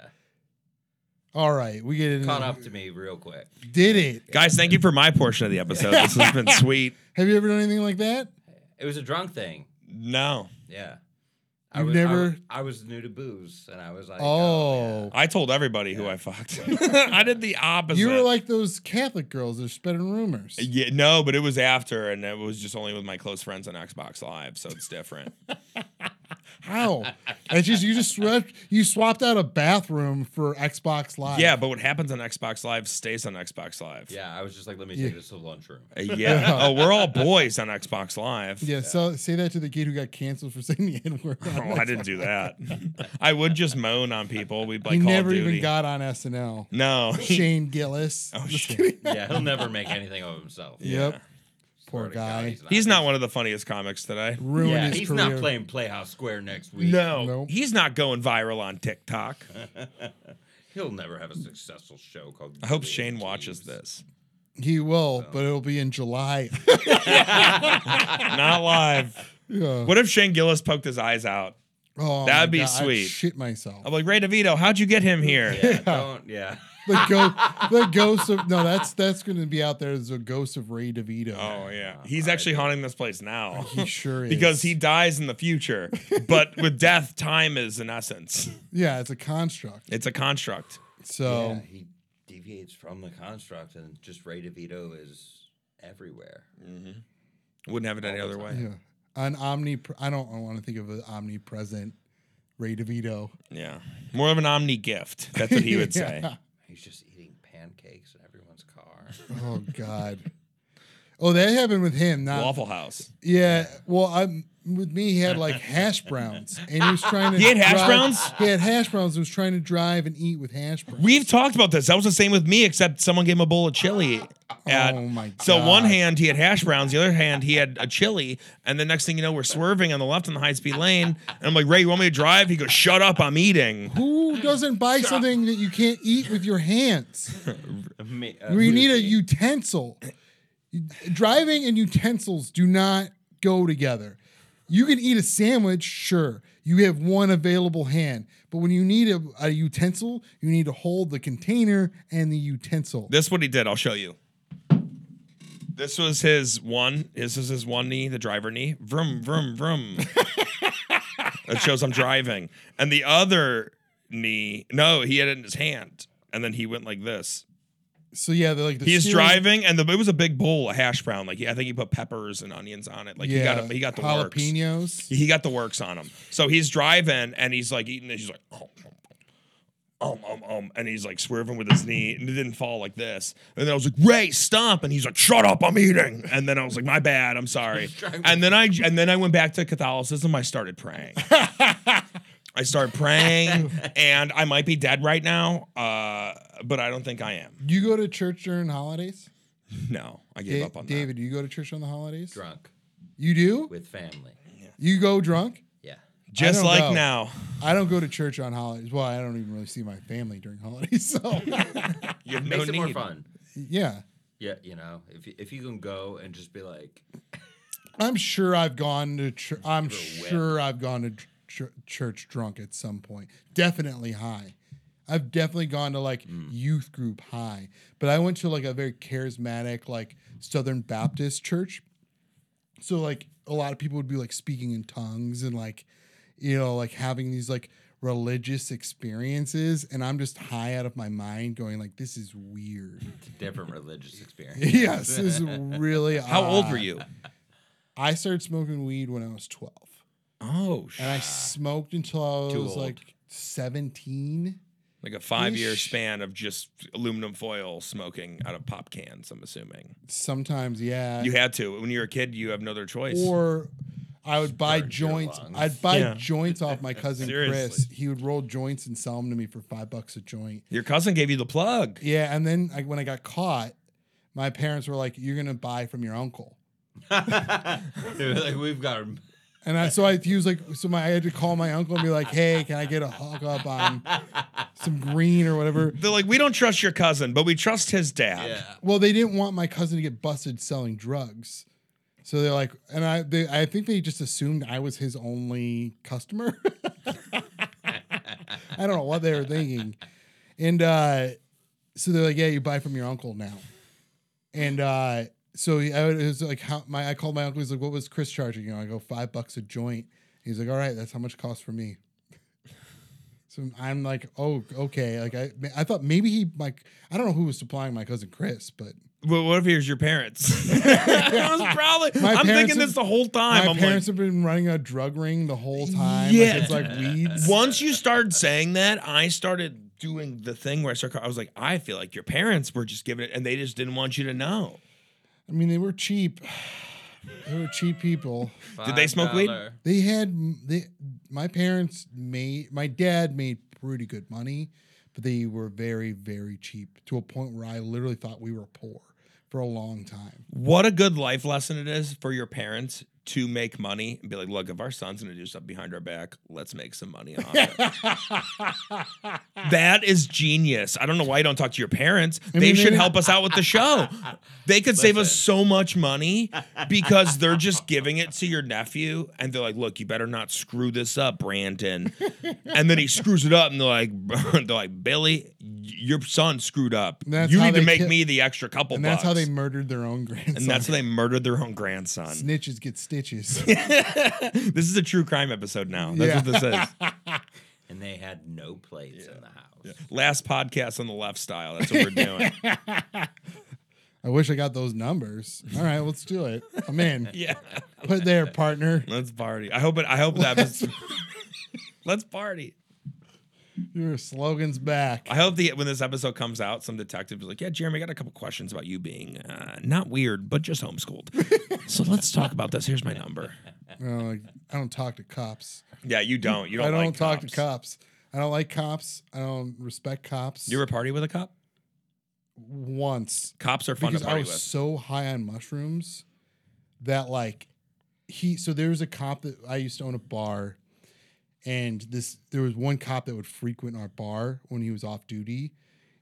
S2: All right, we get it.
S3: Caught up to me real quick.
S2: Did it?
S1: Guys, thank you for my portion of the episode. This has been sweet.
S2: Have you ever done anything like that?
S3: It was a drunk thing.
S1: No.
S3: Yeah.
S2: You've
S3: was,
S2: never-
S3: I was, I was new to booze, and I was like, uh,
S2: Oh,
S1: I told everybody who I fucked. I did the opposite.
S2: you were like those Catholic girls that are spreading rumors.
S1: yeah, no, but it was after, and it was just only with my close friends on Xbox Live, so it's different.
S2: How? It's just you just swept, you swapped out a bathroom for Xbox Live.
S1: yeah, but what happens on Xbox Live stays on Xbox Live.
S3: yeah. Yeah. I was just like, let me
S2: Yeah.
S3: take this to the lunchroom.
S1: Uh, Yeah. oh, we're all boys on Xbox Live.
S2: Yeah, so say that to the kid who got canceled for saying the N word.
S1: Oh, I didn't do that. I would just moan on people. We'd
S2: he
S1: like Call of
S2: never
S1: Duty.
S2: even got on SNL.
S1: no.
S2: Shane Gillis.
S1: Oh,
S2: Just
S1: shit.
S2: kidding.
S3: Yeah, he'll never make anything of himself.
S2: Yep.
S1: Yeah.
S2: Poor
S3: Swear to God,
S2: guy.
S1: He's not one of the funniest comics today.
S2: Ruined
S3: yeah,
S2: his
S3: he's
S2: career.
S3: not playing Playhouse Square next week.
S1: No.
S2: Nope.
S1: He's not going viral on TikTok.
S3: He'll never have a successful show called.
S1: I
S2: Oh,
S1: hope
S3: Billy
S1: Shane
S3: and
S1: watches
S3: Jeeves.
S1: this.
S2: He will, but it'll be in July.
S1: Not live.
S2: Yeah.
S1: What if Shane Gillis poked his eyes out?
S2: Oh,
S1: That'd
S2: my
S1: be
S2: God, I'd
S1: sweet.
S2: shit myself.
S1: I'm like, Ray DeVito, how'd you get him here?
S3: Yeah, don't. Yeah.
S2: the ghost, the ghost of no, that's that's going to be out there as a ghost of Ray DeVito.
S1: Oh, yeah. He's actually haunting this place now
S2: he sure is
S1: because he dies in the future. But with death, time is an essence,
S2: yeah, it's a construct.
S1: it's a construct.
S2: So
S3: yeah, he deviates from the construct, and just Ray DeVito is everywhere.
S1: Wouldn't have it any other way.
S2: Yeah. An omni I don't want to think of an omnipresent Ray DeVito.
S1: Yeah. More of an omni gift. That's what he would say.
S2: Yeah.
S3: He's just eating pancakes in everyone's car.
S2: Oh god. Oh, that happened with him. Not
S1: Waffle House.
S2: Yeah. Well, I'm with me. He had like hash browns, and he was trying to.
S1: He had hash
S2: drive-
S1: browns?
S2: He had hash browns. and was trying to drive and eat with hash browns.
S1: We've talked about this. That was the same with me, except someone gave him a bowl of chili. at-
S2: oh my god.
S1: So one hand he had hash browns, the other hand he had a chili, and the next thing you know, we're swerving on the left on the high speed lane, and I'm like, Ray, you want me to drive? He goes, Shut up, I'm eating.
S2: Who doesn't buy something that you can't eat with your hands?
S3: Me- uh,
S2: We need a
S3: Lucy.
S2: utensil. Driving and utensils do not go together. You can eat a sandwich, sure. You have one available hand, but when you need a, a utensil, you need to hold the container and the utensil.
S1: This is what he did. I'll show you. This was his one. This is his one knee, the driver knee. Vroom, vroom, vroom. that shows I'm driving. And the other knee, no, he had it in his hand. And then he went like this.
S2: So yeah, they're like the
S1: He is
S2: steering-
S1: driving, and the, it was a big bowl of hash brown. Like I think he put peppers and onions on it. Like he got a, he got the works.
S2: jalapenos.
S1: He got the works on him. So he's driving and he's like eating this. He's like, um, um, um, um, and he's like swerving with his knee, and it didn't fall like this. And then I was like, Ray, stop! And he's like, Shut up, I'm eating. And then I was like, My bad, I'm sorry. And then I and then I went back to Catholicism. I started praying. I started praying, and I might be dead right now, uh, but I don't think I am.
S2: You go to church during holidays?
S1: No, I gave
S2: Da-
S1: up on that.
S2: David, you go to church on the holidays?
S3: drunk
S2: You do?
S3: with family.
S2: You go drunk?
S3: Yeah.
S1: Just
S2: don't
S1: like
S2: know.
S1: now.
S2: I don't go to church on holidays. Well, I don't even really see my family during holidays. So
S1: You have no
S3: Makes it
S1: need.
S3: more fun.
S2: yeah.
S3: Yeah, you know, if you, if you can go and just be like,
S2: I'm sure I've gone to church. I'm
S3: You're wet.
S2: sure I've gone to ch- ch- church drunk at some point. Definitely high. I've definitely gone to like
S1: Mm.
S2: youth group high, but I went to like a very charismatic like Southern Baptist church. So like a lot of people would be like speaking in tongues and like you know like having these like religious experiences and I'm just high out of my mind going like this is weird.
S3: it's a different religious experience.
S2: yes, this is really
S1: How old
S2: odd.
S1: were you?
S2: I started smoking weed when I was 12.
S1: Oh, shit.
S2: And I smoked until I
S3: Too
S2: was
S3: old.
S2: like 17.
S1: Like a five year
S2: Ish.
S1: span of just aluminum foil smoking out of pop cans, I'm assuming.
S2: Sometimes, yeah.
S1: You had to. When you were a kid, you have no other choice.
S2: or I would buy
S3: Burns your
S2: joints.
S3: lungs.
S2: I'd buy
S1: Yeah.
S2: joints off my cousin Chris.
S1: Seriously.
S2: He would roll joints and sell them to me for five bucks a joint.
S1: Your cousin gave you the plug.
S2: Yeah, and then I, when I got caught, my parents were like, "You're gonna buy from your uncle."
S3: They were like we've got him.
S2: And I, so I he was like, so my I had to call my uncle and be like, "Hey, can I get a hook up on some green or whatever?"
S1: They're like, we don't trust your cousin, but we trust his dad.
S3: Yeah.
S2: Well, they didn't want my cousin to get busted selling drugs. So they're like, and I, they, I think they just assumed I was his only customer. I don't know what they were thinking. And uh, so they're like, yeah, you buy from your uncle now. And uh, so he- I would- it was like, how my, I called my uncle. He's like, what was Chris charging? You know, I go five bucks a joint. He's like, all right, that's how much it costs for me. So I'm like, oh, okay. Like I, I thought maybe he like, I don't know who was supplying my cousin Chris, but
S1: But what if here's your parents? I was probably.
S2: My
S1: I'm
S2: parents-
S1: thinking this the whole time.
S2: my
S1: I'm
S2: parents
S1: like,
S2: have been running a drug ring the whole time.
S1: Yeah.
S2: like, it's like weeds.
S1: once you started saying that, I started doing the thing where I started. I was like, I feel like your parents were just giving it, and they just didn't want you to know.
S2: I mean, they were cheap. They were cheap people.
S1: Did they smoke weed?
S3: $5.
S2: They had they, my parents made my dad made pretty good money, but they were very very cheap to a point where I literally thought we were poor for a long time.
S1: What a good life lesson it is for your parents to make money and be like, look, if our son's gonna do stuff behind our back, let's make some money off it. that is genius. I don't know why you don't talk to your parents. they
S2: mean, they
S1: should
S2: didn't-
S1: help us out with the show. They could save us so much money because they're just giving it to your nephew and they're like, look, you better not screw this up, Brandon. and then he screws it up and they're like, they're like, Billy, y- your son screwed up.
S2: And that's
S1: you
S2: how
S1: need to
S2: they
S1: make
S2: ki-
S1: me the extra couple
S2: And that's how
S1: bucks."
S2: they murdered their own grandson.
S1: And that's how they murdered their own grandson.
S2: snitches get stitches.
S1: this is a true crime episode now. That's what this is.
S3: And they had no plates in the house.
S1: Last podcast on the left style. That's what we're doing.
S2: I wish I got those numbers. All right, let's do it. I'm in.
S1: yeah.
S2: Put there, partner.
S1: Let's party. I hope it I hope that was Let's party.
S2: Your slogan's back.
S1: I hope the when this episode comes out, some detective is like, "Yeah, Jeremy, I got a couple questions about you being uh, not weird, but just homeschooled. so let's talk about this. Here's my number."
S2: You know, like, I don't talk to cops.
S1: Yeah, you don't. You don't.
S2: I don't
S1: like
S2: talk
S1: cops.
S2: to cops. I don't like cops. I don't respect cops.
S1: You were party with a cop.
S2: once
S1: Cops are fun
S2: because
S1: to
S2: I
S1: party
S2: was
S1: with.
S2: so high on mushrooms that like he so there was a cop that I used to own a bar and this there was one cop that would frequent our bar when he was off duty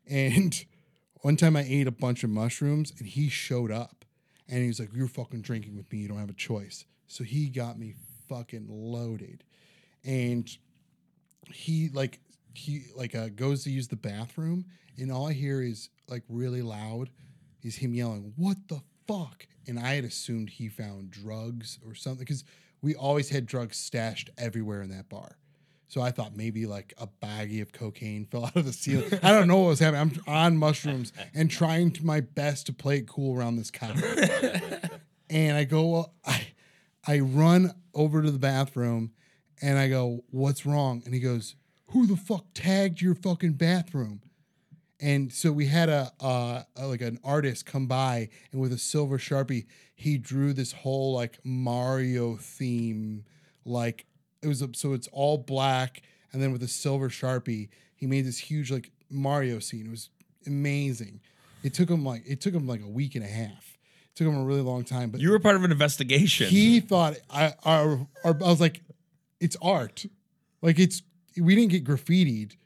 S2: and one time I ate a bunch of mushrooms and he showed up and he was like you're fucking drinking with me you don't have a choice so he got me fucking loaded and he like he like uh, goes to use the bathroom and all I hear is like really loud is him yelling what the fuck and I had assumed he found drugs or something because we always had drugs stashed everywhere in that bar. So I thought maybe like a baggie of cocaine fell out of the ceiling. I don't know what was happening. I'm on mushrooms and trying to my best to play it cool around this cop. and I go, well, I, I run over to the bathroom and I go, what's wrong? And he goes, who the fuck tagged your fucking bathroom? And so we had a, uh, a- like an artist come by and with a silver sharpie, he drew this whole like Mario theme, like it was a, so it's all black, and then with a silver sharpie, he made this huge like Mario scene. It was amazing. It took him like it took him like a week and a half. It took him a really long time, but
S1: you were part of an investigation.
S2: he thought I, our, our, I was like, it's art. Like it's we didn't get graffitied.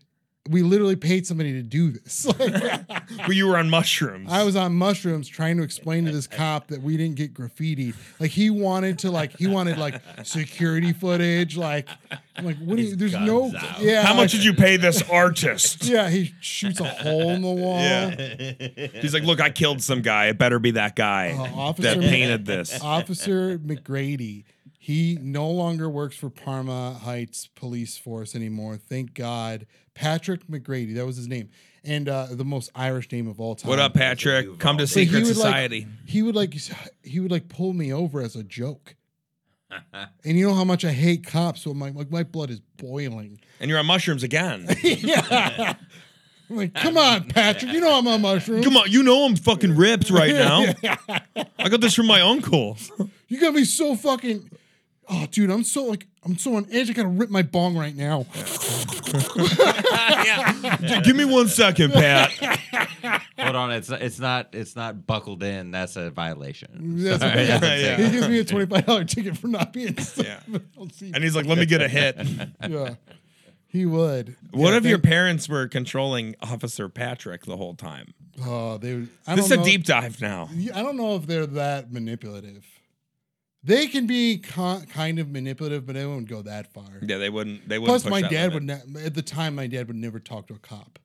S2: We literally paid somebody to do this. Like
S1: Well, you were on mushrooms.
S2: I was on mushrooms trying to explain to this cop that we didn't get graffiti. Like he wanted to like he wanted like security footage. Like I'm like what? Do you,
S3: His
S2: there's
S3: guns
S2: no
S3: out.
S2: yeah.
S1: How much
S2: like-
S1: did you pay this artist?
S2: Yeah, he shoots a hole in the wall.
S1: Yeah. He's like, look, I killed some guy. It better be that guy
S2: Uh,
S1: that
S2: officer
S1: painted this.
S2: Oh. Officer McGrady, he no longer works for Parma Heights Police Force anymore. Thank God. Patrick McGrady, that was his name. And uh, the most Irish name of all time.
S1: What up, Patrick?
S3: Duval.
S1: Come to
S3: But
S2: But
S1: Secret
S2: would,
S1: Society.
S2: Like, he would like he would like pull me over as a joke. and you know how much I hate cops, so my like my blood is boiling.
S1: and you're on mushrooms again.
S2: yeah. I'm like, come on, Patrick. You know I'm on mushrooms.
S1: Come on, you know I'm fucking ripped right now. I got this from my uncle.
S2: You got me so fucking. oh, dude, I'm so like, I'm so on edge. I gotta rip my bong right now.
S1: J- Give me one second, Pat.
S3: Hold on, it's it's not it's not buckled in. That's a violation.
S2: That's what-
S3: Sorry.
S1: yeah, yeah.
S2: He gives me a twenty-five dollar ticket for not being.
S1: yeah. And he's like, let me get a hit.
S2: yeah, he would.
S1: What
S2: yeah,
S1: if your
S2: thank-
S1: parents were controlling Officer Patrick the whole time?
S2: Oh, they. would- I
S1: This is
S2: don't
S1: a
S2: know-
S1: deep dive now.
S2: Yeah, I don't know if they're that manipulative. They can be con- kind of manipulative, but they won't go that far.
S1: Yeah, they wouldn't. They
S2: Plus,
S1: wouldn't. push
S2: my
S1: that
S2: dad would
S1: limit.
S2: ne- at the time. My dad would never talk to a cop.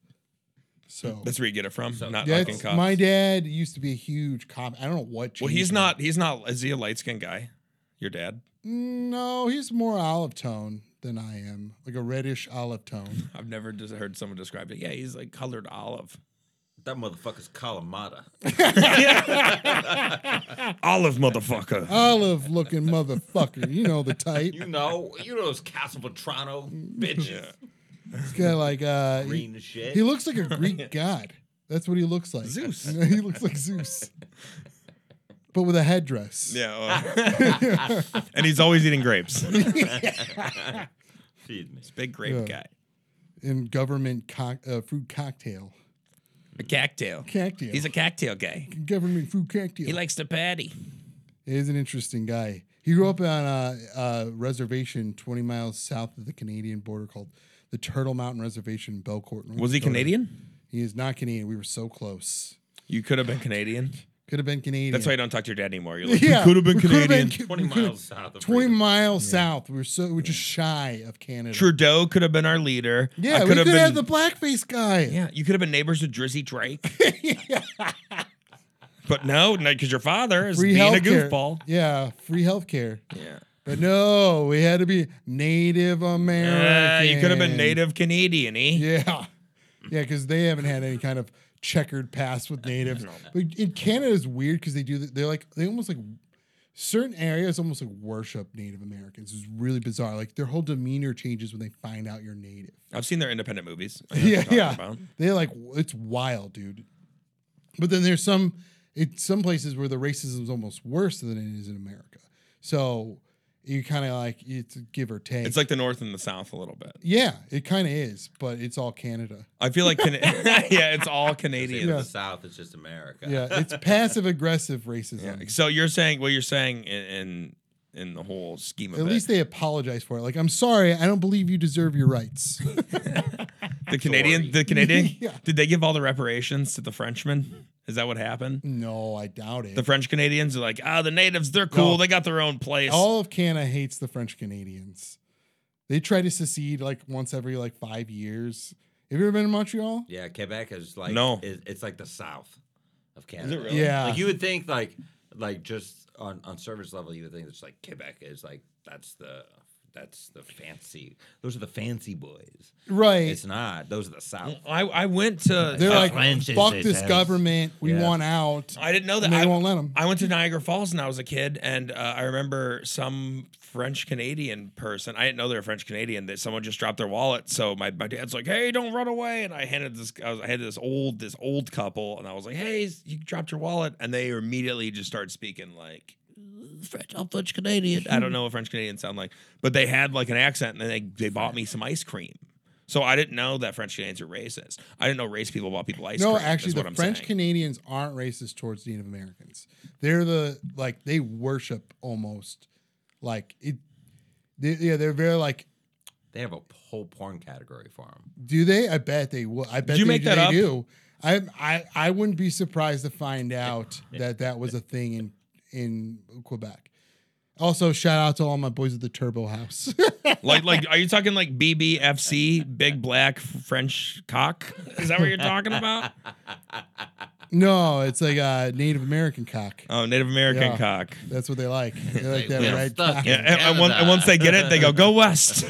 S2: So
S1: That's where you get it from. not liking
S2: that's
S1: cops.
S2: my dad used to be a huge cop. I don't know what.
S1: well,
S2: changed
S1: he's
S2: him.
S1: not. He's not. Is he a light skinned guy? Your dad?
S2: No, he's more olive tone than I am, like a reddish olive tone.
S1: I've never just heard someone describe it. Yeah, he's like colored olive.
S3: That motherfucker's Kalamata.
S1: Olive motherfucker.
S2: olive looking motherfucker, you know the type.
S3: You know, you know those Castle Vetrano bitches.
S2: He's got like uh, he,
S3: Green as shit.
S2: he looks like a Greek god. That's what he looks like.
S1: Zeus.
S2: he looks like Zeus, but with a headdress.
S1: Yeah. well- and he's always eating grapes.
S3: Feed me.
S1: Big grape
S2: Yeah.
S1: guy.
S2: And government cock uh, fruit cocktail.
S1: A cocktail.
S2: Cocktail.
S1: He's a cocktail guy.
S2: government fruit cocktail.
S1: He likes to patty.
S2: He's an interesting guy. He grew up on a, a reservation 20 miles south of the Canadian border called the Turtle Mountain Reservation in Belcourt. North
S1: Was he
S2: Dakota.
S1: Canadian?
S2: He is not Canadian. We were so close.
S1: You could have been Canadian.
S2: Could have been Canadian.
S1: That's why you don't talk to your dad anymore. You're like,
S2: Yeah,
S1: could have been
S2: we coulda
S1: Canadian.
S2: Ca-
S3: Twenty
S2: we coulda-
S3: miles south of
S2: 20
S3: Freedom.
S2: miles south. We were so we we're just shy of Canada.
S1: Trudeau could have been our leader. I
S2: Yeah, we
S1: could
S2: could
S1: have
S2: have had the
S1: been-
S2: blackface guy.
S1: Yeah, you could have been neighbors with Drizzy Drake. but no, because your father is
S2: Free
S1: being a
S2: healthcare.
S1: goofball.
S2: Yeah, free healthcare.
S1: Yeah.
S2: But no, we had to be Native
S1: Uh,
S2: American.
S1: you could have been Native Canadian, eh?
S2: Yeah. Yeah, because they haven't had any kind of checkered past with natives. But in Canada is weird because they do th- they're like they almost like certain areas almost like worship Native Americans. It's really bizarre. Like their whole demeanor changes when they find out you're native.
S1: I've seen their independent movies. I know what you're
S2: Yeah,
S1: talking
S2: yeah.
S1: about.
S2: They like it's wild, dude. But then there's some it some places where the racism is almost worse than it is in America. So you kind of like it's a give or take.
S1: It's like the North and the South a little bit.
S2: yeah, it kind of is, but it's all Canada.
S1: I feel like, Can- yeah, it's all Canadian.
S3: In
S2: Yeah.
S3: the South, it's just America.
S2: Yeah, it's passive aggressive racism.
S1: Yeah. So you're saying what you're saying in in, in the whole scheme of
S2: At
S1: it,
S2: least they apologize for it. Like, I'm sorry, I don't believe you deserve your rights.
S1: the Canadian,
S3: Sorry.
S1: the Canadian,
S2: Yeah.
S1: did they give all the reparations to the Frenchmen? Is that what happened?
S2: no, I doubt it.
S1: The French Canadians are like, ah, the natives, they're cool.
S2: No.
S1: They got their own place.
S2: All of Canada hates the French Canadians. They try to secede like once every like five years. Have you ever been to Montreal?
S3: Yeah, Quebec is like
S1: No.
S3: is- it's like the South of Canada.
S1: really?
S2: Yeah.
S3: Like you would think like like just on on service level, you would think it's like Quebec is like that's the that's the fancy. Those are the fancy boys.
S2: Right.
S3: It's not. Those are the South.
S1: I, I went to.
S2: They're
S1: I-
S2: like,
S3: French is
S2: fuck
S3: it,
S2: this
S3: yes."
S2: government. We
S3: Yeah.
S2: want out.
S1: I didn't know that.
S2: And they
S1: I,
S2: won't let 'em.
S1: I went to Niagara Falls when I was a kid, and uh, I remember some French Canadian person. I didn't know they were French Canadian. That someone just dropped their wallet. So my, my dad's like, "Hey, don't run away!" And I handed this. I, was, I had this old this old couple, and I was like, "Hey, you dropped your wallet," and they immediately just started speaking like. French, I'm French Canadian. I don't know what French Canadians sound like, but they had like an accent, and then they, they bought me some ice cream. So I didn't know that French Canadians are racist. I didn't know race people bought people ice
S2: No,
S1: cream.
S2: actually,
S1: is what
S2: the
S1: I'm
S2: French
S1: saying.
S2: Canadians aren't racist towards Native Americans. They're the like they worship almost like it. They, yeah, they're very like.
S3: They have a whole porn category for them.
S2: Do they? I bet they will. I bet
S1: you
S2: they,
S1: make that
S2: they
S1: up?
S2: do. I, I I wouldn't be surprised to find out that that was a thing in in Quebec. Also, shout out to all my boys at the Turbo House.
S1: Like, like, are you talking like BBFC, big black French cock? Is that what you're talking about?
S2: no, it's like a Native American cock.
S1: Oh, Native American
S2: Yeah.
S1: cock.
S2: That's what they like. They like that
S3: "We're
S2: red
S3: stuck
S2: cock.
S1: Yeah, and, and once, and once they get it, they go go west.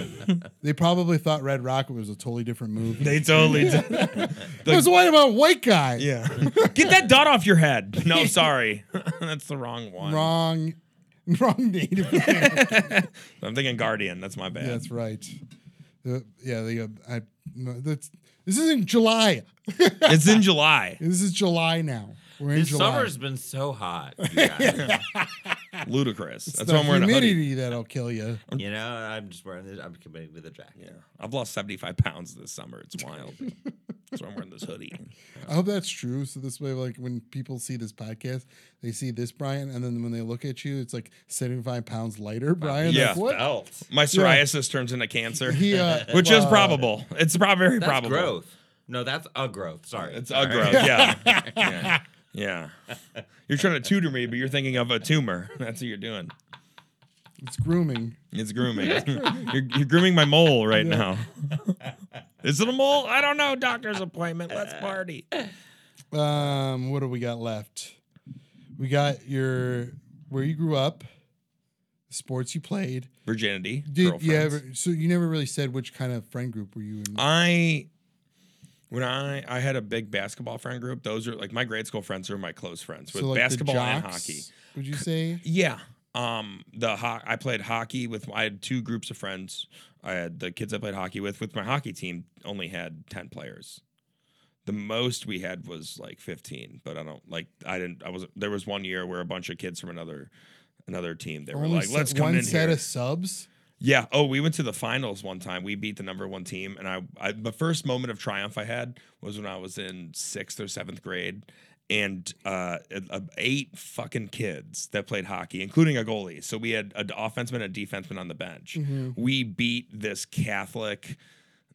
S2: They probably thought Red Rocket was a totally different movie.
S1: they totally do.
S2: It was white about a white guy.
S1: Yeah, get that dot off your head. No, sorry, that's the wrong one.
S2: Wrong, wrong Native American.
S1: I'm thinking Guardian. That's my bad.
S2: That's right. The- yeah, they go. I, no, that's, this isn't July.
S1: It's in July.
S2: This is July now. We're in
S4: This
S2: July.
S4: summer's been so hot, you guys.
S1: Ludicrous.
S2: It's
S1: That's
S2: the
S1: why I'm wearing a hoodie.
S2: humidity that'll kill you.
S4: you know, I'm just wearing this. I'm committing to the jacket.
S1: Yeah. I've lost 75 pounds this summer. It's wild. That's why I'm wearing this hoodie.
S2: I hope that's true. So this way, like when people see this podcast, they see this Brian, and then when they look at you, it's like seventy-five pounds lighter, Brian.
S1: Yeah.
S2: Like, what?
S4: Felt.
S1: My psoriasis turns into cancer,
S2: He, uh,
S1: which is
S2: uh,
S1: probable. It's prob- very
S4: That's
S1: probable.
S4: growth. No, that's a growth. Sorry.
S1: It's
S4: Sorry.
S1: a growth. Yeah. yeah. Yeah. You're trying to tutor me, but you're thinking of a tumor. That's what you're doing.
S2: It's grooming.
S1: It's grooming. you're, you're grooming my mole right now. Is it a mole? I don't know. Doctor's appointment. Let's party.
S2: Um, what do we got left? We got your where you grew up, sports you played.
S1: Virginity.
S2: Did you
S1: girlfriends.
S2: ever? So you never really said which kind of friend group were you in.
S1: I when I I had a big basketball friend group. Those are like my grade school friends are my close friends with
S2: so like the
S1: basketball and
S2: jocks,
S1: hockey.
S2: Would you say?
S1: Yeah. Um the ho- I played hockey with I had two groups of friends. I had the kids I played hockey with with my hockey team only had 10 players. The most we had was like 15, but I don't like I didn't I was there was one year where a bunch of kids from another another team they were
S2: Only
S1: like
S2: se-
S1: let's come
S2: one
S1: in
S2: set
S1: here.
S2: of subs.
S1: Yeah. Oh, we went to the finals one time. We beat the number one team, and I, I the first moment of triumph I had was when I was in sixth or seventh grade, and uh, it- uh, eight fucking kids that played hockey, including a goalie. So we had an offenseman and a defenseman on the bench.
S2: Mm-hmm.
S1: We beat this Catholic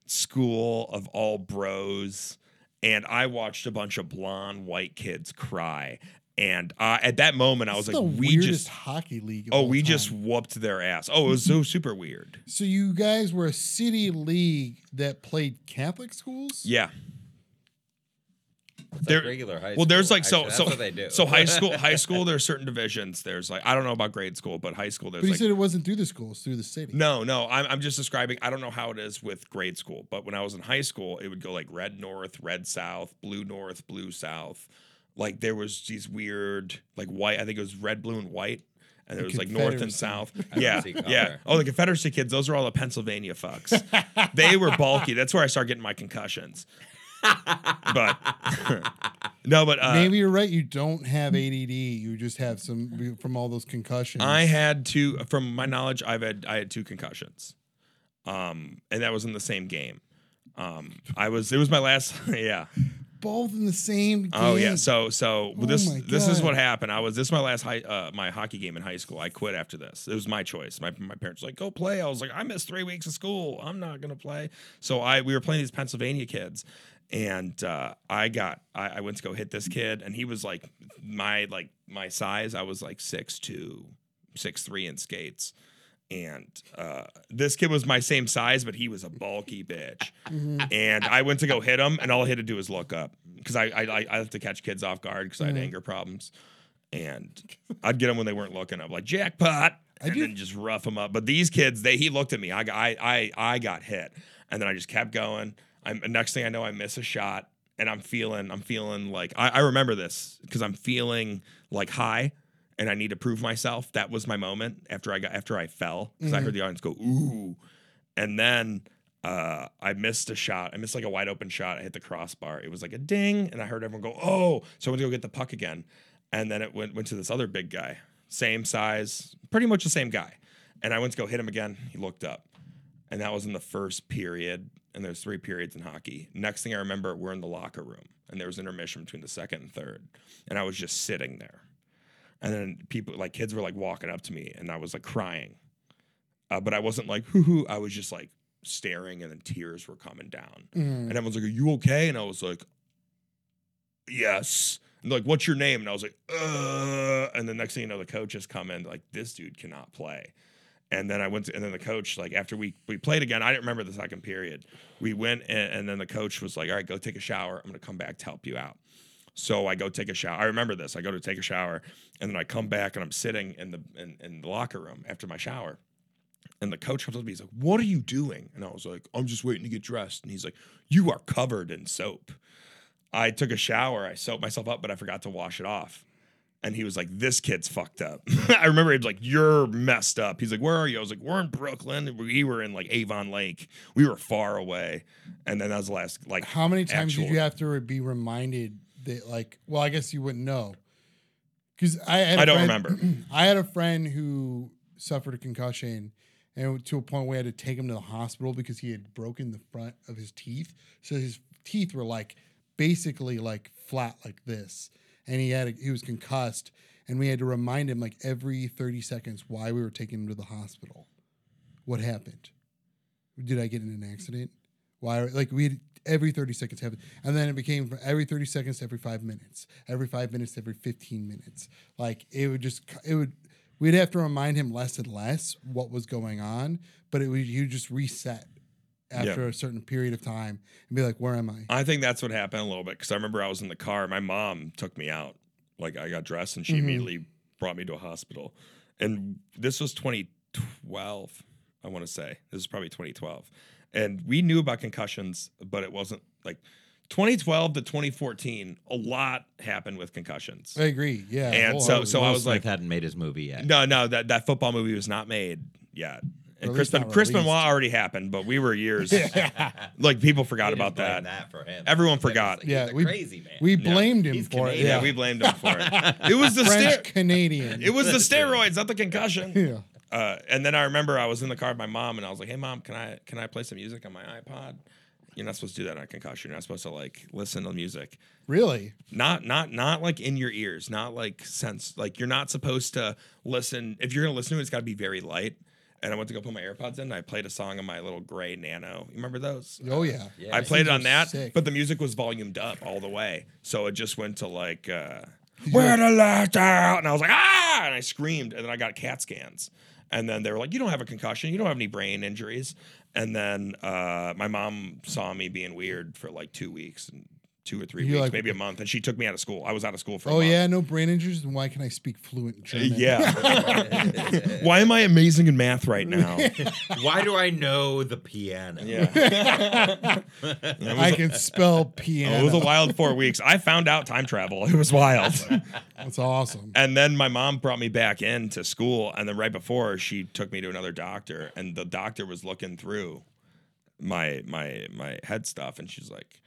S1: school of all bros and I watched a bunch of blonde white kids cry. And I, at that moment, I was
S2: It's
S1: like,
S2: the
S1: "We
S2: weirdest
S1: just,
S2: hockey league. of
S1: oh,
S2: all
S1: we
S2: time.
S1: just whooped their ass." Oh, it was so super weird.
S2: So you guys were a city league that played Catholic schools.
S1: Yeah.
S3: It's
S1: There-
S3: like regular high school.
S1: Well, there's like so
S3: actually. That's
S1: so
S3: what they do.
S1: so high school high school there's certain divisions. There's like I don't know about grade school, but high school there's
S2: But he
S1: like
S2: said it wasn't through the school; it's through the city.
S1: no no I'm I'm just describing. I don't know how it is with grade school, but when I was in high school, it would go like red north, red south, blue north, blue south. Like there was these weird like white. I think it was red, blue, and white. And it was like north and
S2: Confederacy.
S1: south.
S3: don't
S1: Yeah.
S3: see
S1: Yeah.
S3: color.
S1: Oh, the Confederacy kids, those are all the Pennsylvania fucks. they were bulky. That's where I started getting my concussions. But no, but uh,
S2: Maybe you're right. You don't have ADD. You just have some from all those concussions.
S1: I had two, from my knowledge, I've had I had two concussions, um, and that was in the same game. Um, I was it was my last, yeah.
S2: both in the same. Game.
S1: Oh yeah. So so
S2: Oh,
S1: this
S2: my
S1: this is
S2: God.
S1: what happened. I was this is my last high uh, my hockey game in high school. I quit after this. It was my choice. My my parents were like go play. I was like I missed three weeks of school. I'm not gonna play. So I we were playing these Pennsylvania kids, and uh, I got I, I went to go hit this kid, and he was like my like my size. I was like six two, six three in skates. And uh, this kid was my same size, but he was a bulky bitch
S2: Mhm.
S1: and I went to go hit him, and all I had to do was look up because I I, I I have to catch kids off guard because I had
S2: Mhm.
S1: anger problems, and I'd get them when they weren't looking up, like jackpot,
S2: I
S1: and
S2: do-
S1: then just rough them up. But these kids, they he looked at me, I got- I I, I got hit, and then I just kept going. I'm and next thing I know, I miss a shot, and I'm feeling I'm feeling like I, I remember this because I'm feeling like high. And I need to prove myself. That was my moment after I got after I fell because I
S2: Mhm.
S1: heard the audience go ooh, and then uh, I missed a shot. I missed like a wide open shot. I hit the crossbar. It was like a ding, and I heard everyone go, "Oh!" So I went to go get the puck again, and then it went went to this other big guy, same size, pretty much the same guy. And I went to go hit him again. He looked up, and that was in the first period. And there's three periods in hockey. Next thing I remember, we're in the locker room, and there was intermission between the second and third, and I was just sitting there. And then people, like kids, were like walking up to me, and I was like crying, uh, but I wasn't like hoo hoo. I was just like staring, and then tears were coming down.
S2: Mhm.
S1: And everyone's like, "Are you okay?" And I was like, "Yes." And they're like, "What's your name?" And I was like, "Uh." And the next thing you know, the coach has come in like, "This dude cannot play." And then I went to, and then the coach like after we we played again, I didn't remember the second period. We went and, and then the coach was like, "All right, go take a shower. I'm gonna come back to help you out." So I go take a shower. I remember this. I go to take a shower, and then I come back and I'm sitting in the in, in the locker room after my shower. And the coach comes up to me, he's like, What are you doing? And I was like, I'm just waiting to get dressed. And he's like, You are covered in soap. I took a shower, I soaped myself up, but I forgot to wash it off. And he was like, This kid's fucked up. I remember he was like, You're messed up. He's like, Where are you? I was like, We're in Brooklyn. We were in like Avon Lake. We were far away. And then that was the last, like,
S2: How many times
S1: actual-
S2: did you have to re- be reminded they like. Well, I guess you wouldn't know because I had a
S1: I don't
S2: friend-
S1: remember.
S2: I had a friend who suffered a concussion, and to a point where I had to take him to the hospital because he had broken the front of his teeth. So his teeth were like basically like flat like this, and he had a, he was concussed, and we had to remind him like every thirty seconds why we were taking him to the hospital. What happened? Did I get in an accident? Why? are- Like we had every thirty seconds happened, and then it became from every thirty seconds to every five minutes, every five minutes to every fifteen minutes. Like it would just c- it would we'd have to remind him less and less what was going on, but it would you just reset after a certain period of time and be like, where am I?
S1: I think that's what happened a little bit because I remember I was in the car. My mom took me out. Like I got dressed and she
S2: Mhm.
S1: immediately brought me to a hospital. And this was 2012, I want to say. This is probably 2012. And we knew about concussions, but it wasn't like 2012 to 2014. A lot happened with concussions.
S2: I agree. Yeah.
S1: And so,
S2: wholeheartedly.
S1: so I was like,
S4: hadn't made his movie yet.
S1: no, no, that, that football movie was not made yet. And
S2: Or at
S1: Chris,
S2: least
S1: ben,
S2: not
S1: Chris Benoit
S2: released.
S1: already happened, but we were years.
S2: Yeah.
S1: like people forgot
S3: We
S1: about
S3: didn't blame
S1: that.
S3: that for him.
S1: Everyone
S3: He's like-
S1: forgot.
S3: he's
S2: Yeah,
S3: a
S2: we-
S3: crazy man.
S2: we
S1: Yeah.
S2: blamed him
S3: He's
S2: for it.
S3: Canadian.
S1: Yeah,
S2: Yeah.
S1: we blamed him for it. It was the
S2: French
S1: stair.
S2: Canadian.
S1: It was the
S4: Listen.
S1: steroids, not the concussion.
S2: yeah.
S1: Uh, and then I remember I was in the car with my mom, and I was like, "Hey, mom, can I can I play some music on my iPod?" You're not supposed to do that on a concussion. You're not supposed to like listen to music.
S2: Really?
S1: Not not not like in your ears. Not like sense. Like you're not supposed to listen. If you're gonna listen to it, it's got to be very light. And I went to go put my AirPods in. And I played a song on my little gray Nano. You remember those?
S2: Oh yeah.
S1: I played it on
S2: are
S1: that,
S2: sick.
S1: but the music was volumed up all the way, so it just went to like uh,
S2: Did you
S1: "Where the lights out," and I was like ah, and I screamed, and then I got CAT scans, and then they were like, "You don't have a concussion, you don't have any brain injuries," and then uh, my mom saw me being weird for like two weeks and two or 3
S2: You're
S1: weeks,
S2: like-
S1: maybe a month, and she took me out of school. I was out of school for a
S2: Oh
S1: month.
S2: yeah, no brain injuries. Then why can I speak fluent German?
S1: yeah. Why am I amazing in math right now?
S4: Why do I know the piano?
S1: Yeah.
S2: I can spell piano.
S1: Oh, It was a wild four weeks. I found out time travel. It was wild.
S2: That's awesome.
S1: and then my mom brought me back into school. And then right before, she took me to another doctor. And the doctor was looking through my my my head stuff. And she's like,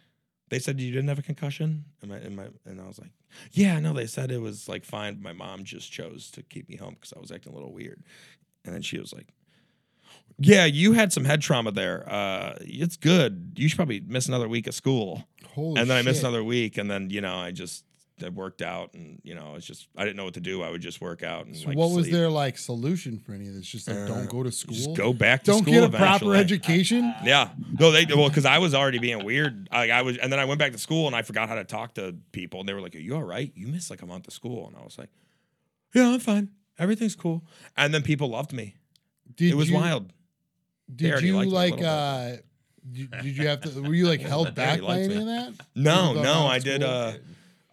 S1: They said you didn't have a concussion? And, my, and, my, and I was like, Yeah, no, they said it was like fine. My mom just chose to keep me home because I was acting a little weird. And then she was like, yeah, you had some head trauma there. Uh, it's good. You should probably miss another week of school
S2: Holy
S1: and then I missed
S2: Oh, shit.
S1: another week, and then you know I just I worked out, and you know it's just I didn't know what to do. I would just work out and
S2: So
S1: like
S2: what was
S1: sleep. Uh,
S2: their like solution for any of this? Just like don't go to school.
S1: Just go back to
S2: don't
S1: school
S2: get a proper
S1: eventually.
S2: education.
S1: Yeah, no, they well because I was already being weird. Like I was, and then I went back to school and I forgot how to talk to people, and they were like, "Are you all right? You missed like a month of school," and I was like, "Yeah, I'm fine. Everything's cool." And then people loved me.
S2: Did
S1: it was
S2: you,
S1: wild.
S2: Did
S1: already
S2: you
S1: liked me a
S2: like
S1: little bit.
S2: uh did, did you have to were you like held
S1: They
S2: back
S1: already
S2: by
S1: liked
S2: any
S1: me.
S2: of that?
S1: No,
S2: People going
S1: no,
S2: out
S1: I
S2: to
S1: did.
S2: school?
S1: Uh,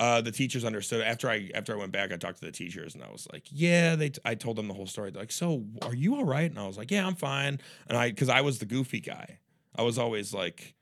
S1: uh, the teachers understood after I after I went back. I talked to the teachers and I was like, "Yeah." They, t- I told them the whole story. They're like, "So, are you all right?" And I was like, "Yeah, I'm fine." And I, because I was the goofy guy, I was always like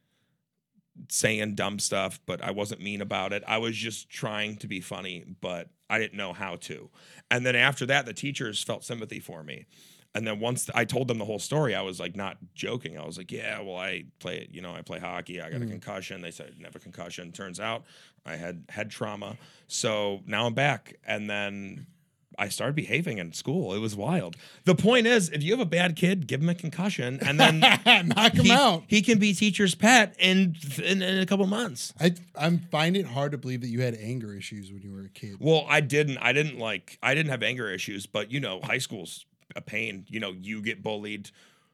S1: saying dumb stuff, but I wasn't mean about it. I was just trying to be funny, but I didn't know how to. And then after that, the teachers felt sympathy for me. And then once I told them the whole story, I was like not joking. I was like, "Yeah, well, I play, you know, I play hockey. I got a
S2: Mm.
S1: concussion." They said, I "Didn't have a concussion." Turns out, I had head trauma. So now I'm back, and then I started behaving in school. It was wild. The point is, if you have a bad kid, give him a concussion, and then
S2: knock him
S1: he,
S2: out.
S1: he can be teacher's pet in, in in a couple months.
S2: I I find it hard to believe that you had anger issues when you were a kid.
S1: Well, I didn't. I didn't like. I didn't have anger issues, but you know, high school's a pain. You know, you get bullied.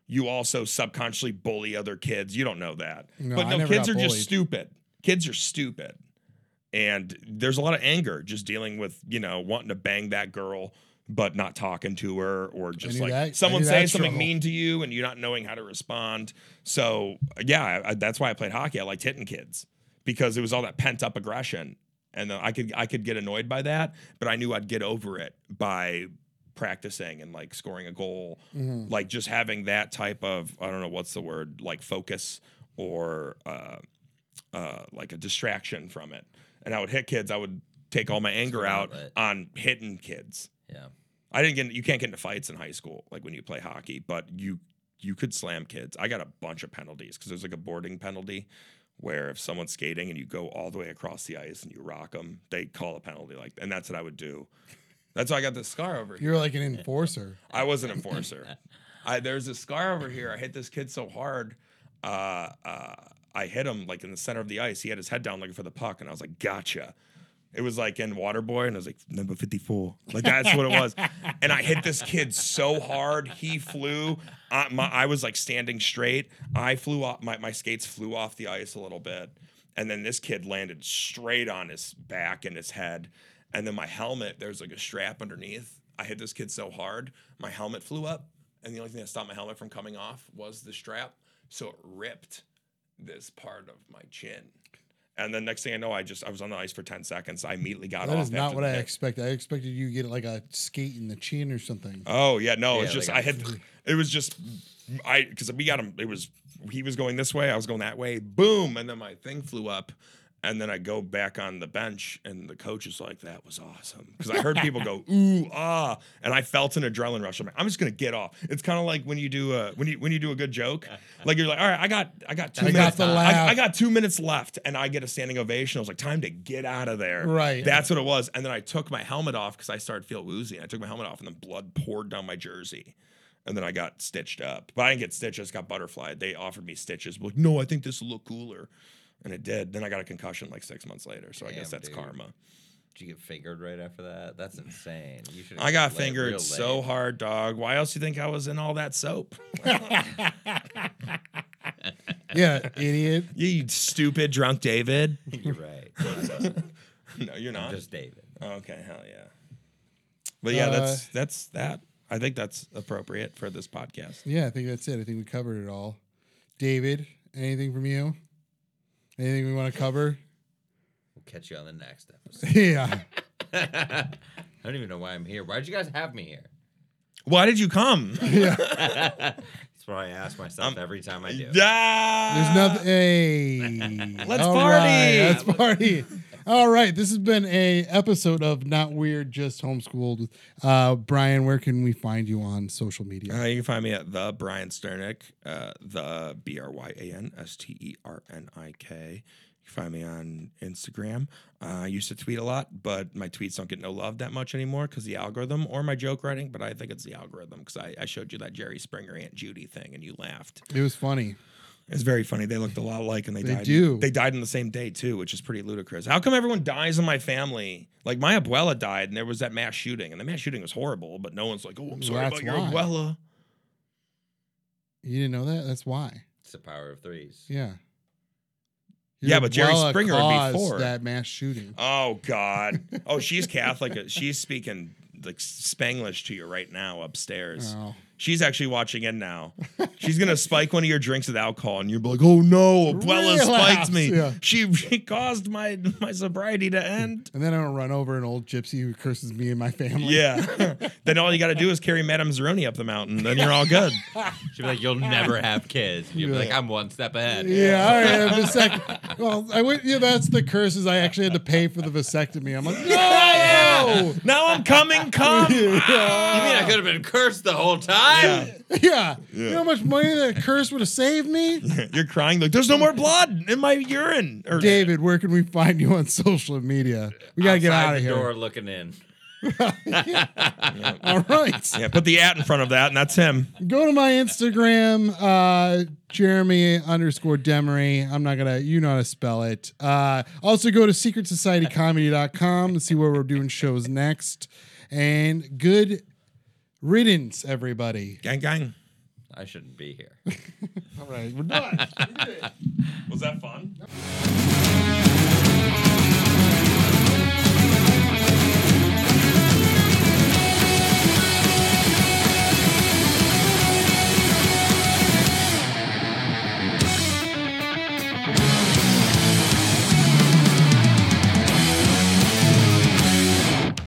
S1: You also subconsciously bully other kids. You don't know that,
S2: No,
S1: but
S2: I
S1: no,
S2: never
S1: kids are
S2: got
S1: just
S2: bullied.
S1: stupid. Kids are stupid, and there's a lot of anger just dealing with you know wanting to bang that girl. But not talking to her, or just
S2: knew
S1: like
S2: that- I
S1: someone
S2: knew that
S1: saying something
S2: struggle.
S1: mean to you, and you not knowing how to respond. So yeah, I, I- that's why I played hockey. I liked hitting kids because it was all that pent up aggression, and then I could I could get annoyed by that, but I knew I'd get over it by practicing and like scoring a goal,
S2: Mhm.
S1: like just having that type of I don't know what's the word like focus or uh, uh, like a distraction from it. And I would hit kids. I would take all my anger
S4: an
S1: out
S4: outlet.
S1: on hitting kids.
S4: Yeah.
S1: I didn't get you can't get into fights in high school like when you play hockey, but you you could slam kids. I got a bunch of penalties because there's like a boarding penalty where if someone's skating and you go all the way across the ice and you rock them, they call a penalty. Like, and that's what I would do. That's why I got this scar over here.
S2: You're like an enforcer.
S1: I was an enforcer. I, there's a scar over here. I hit this kid so hard. Uh, uh, I hit him like in the center of the ice. He had his head down looking for the puck, and I was like, "Gotcha." It was like in Waterboy, and I was like, number 54. Like, that's what it was. And I hit this kid so hard. He flew. I, my, I was like standing straight. I flew off, my, my skates flew off the ice a little bit. And then this kid landed straight on his back and his head. And then my helmet, there's like a strap underneath. I hit this kid so hard, my helmet flew up. And the only thing that stopped my helmet from coming off was the strap. So it ripped this part of my chin. And then next thing I know, I just I was on the ice for ten seconds. I immediately got
S2: That
S1: off.
S2: is not
S1: after
S2: what
S1: the
S2: I
S1: hit.
S2: expected. I expected you to get like a skate in the chin or something.
S1: Oh yeah, no, it's
S3: Yeah,
S1: just
S3: like
S1: I had. It was just I because we got him. It was he was going this way, I was going that way. Boom, and then my thing flew up, and then I go back on the bench, and the coach is like, "That was awesome," because I heard people go ooh ah, and I felt an adrenaline rush. I'm like, I'm just gonna get off. It's kind of like when you do a when you when you do a good joke, like you're like, all right, I got I got two
S2: I got
S1: minutes.
S2: the
S1: I,
S2: laugh.
S1: I got two minutes left, and I get a standing ovation. I was like, time to get out of there.
S2: Right.
S1: That's what it was. And then I took my helmet off because I started to feel woozy. And I took my helmet off, and then blood poured down my jersey. And then I got stitched up, but I didn't get stitched. I just got butterflied. They offered me stitches. Like, no, I think this will look cooler, and it did. Then I got a concussion like six months later. So I guess
S3: Damn,
S1: that's
S3: dude.
S1: karma.
S3: Did you get fingered right after that? That's insane. You should.
S1: I got fingered so hard, dog. Why else do you think I was in all that soap?
S2: yeah, idiot.
S1: you stupid drunk David.
S3: You're right.
S1: no, you're not.
S3: Just David.
S1: Oh, Okay, hell yeah. But yeah,
S2: Uh,
S1: that's that's that. I think that's appropriate for this podcast.
S2: Yeah, I think that's it. I think we covered it all. David, anything from you? Anything we want to cover?
S3: We'll catch you on the next episode.
S2: yeah.
S3: I don't even know why I'm here. Why'd you guys have me here?
S1: Why did you come?
S2: Yeah.
S3: That's what I ask myself
S4: Um,
S3: every time I do.
S1: Yeah.
S2: There's nothing. Hey,
S1: Uh, Let's
S2: All
S1: party.
S2: right, let's party. All right, this has been a episode of Not Weird, Just Homeschooled. Uh, Brian, where can we find you on social media?
S1: Uh, you can find me at the Brian Sternick, uh, the B R Y A N S T E R N I K. You can find me on Instagram. Uh, I used to tweet a lot, but my tweets don't get no love that much anymore because the algorithm or my joke writing. But I think it's the algorithm because I, I showed you that Jerry Springer Aunt Judy thing and you laughed.
S2: It was funny.
S1: It's very funny. They looked a lot alike, and they,
S2: They
S1: died.
S2: do.
S1: They died on the same day too, which is pretty ludicrous. How come everyone dies in my family? Like my abuela died, and there was that mass shooting, and the mass shooting was horrible. But no one's like, "Oh, I'm sorry
S2: That's
S1: about your
S2: why.
S1: abuela."
S2: You didn't know that? That's why.
S3: It's the power of threes.
S2: Yeah.
S1: Yeah, but Jerry
S2: Well, it
S1: Springer would be
S2: caused
S1: for it.
S2: that mass shooting.
S1: Oh God. Oh, she's Catholic. she's speaking like Spanglish to you right now upstairs.
S2: Oh.
S1: She's actually watching in now. She's gonna spike one of your drinks with alcohol, and you're like, "Oh no, abuela
S2: Relapse,
S1: spiked me.
S2: yeah.
S1: She, she caused my my sobriety to end."
S2: And then I'm gonna run over an old gypsy who curses me and my family.
S1: Yeah. then all you got to do is carry Madame Zeroni up the mountain. Then you're all good.
S4: She'd be like, "You'll never have kids." You'd be like, "I'm one step ahead."
S2: Yeah, all right. I'm just like, well, I went. Yeah, that's the curses. I actually had to pay for the vasectomy. I'm like, no.
S1: now I'm coming, come.
S4: You mean I could have been cursed the whole time?
S2: Yeah. You know how much money that curse would have saved me?
S1: You're crying like there's no more blood in my urine. Or
S2: David, where can we find you on social media? We got to get
S3: Outside
S2: out of
S3: the
S2: here.
S3: Door looking in.
S2: All right.
S1: Yeah, put the at in front of that, and that's him.
S2: Go to my Instagram, uh, Jeremy underscore Demery. I'm not going to, you know how to spell it. Uh, also, go to secretsocietycomedy.com to see where we're doing shows next. And good riddance, everybody.
S1: Gang, gang.
S3: I shouldn't be here.
S2: All right. We're done.
S1: Was that fun?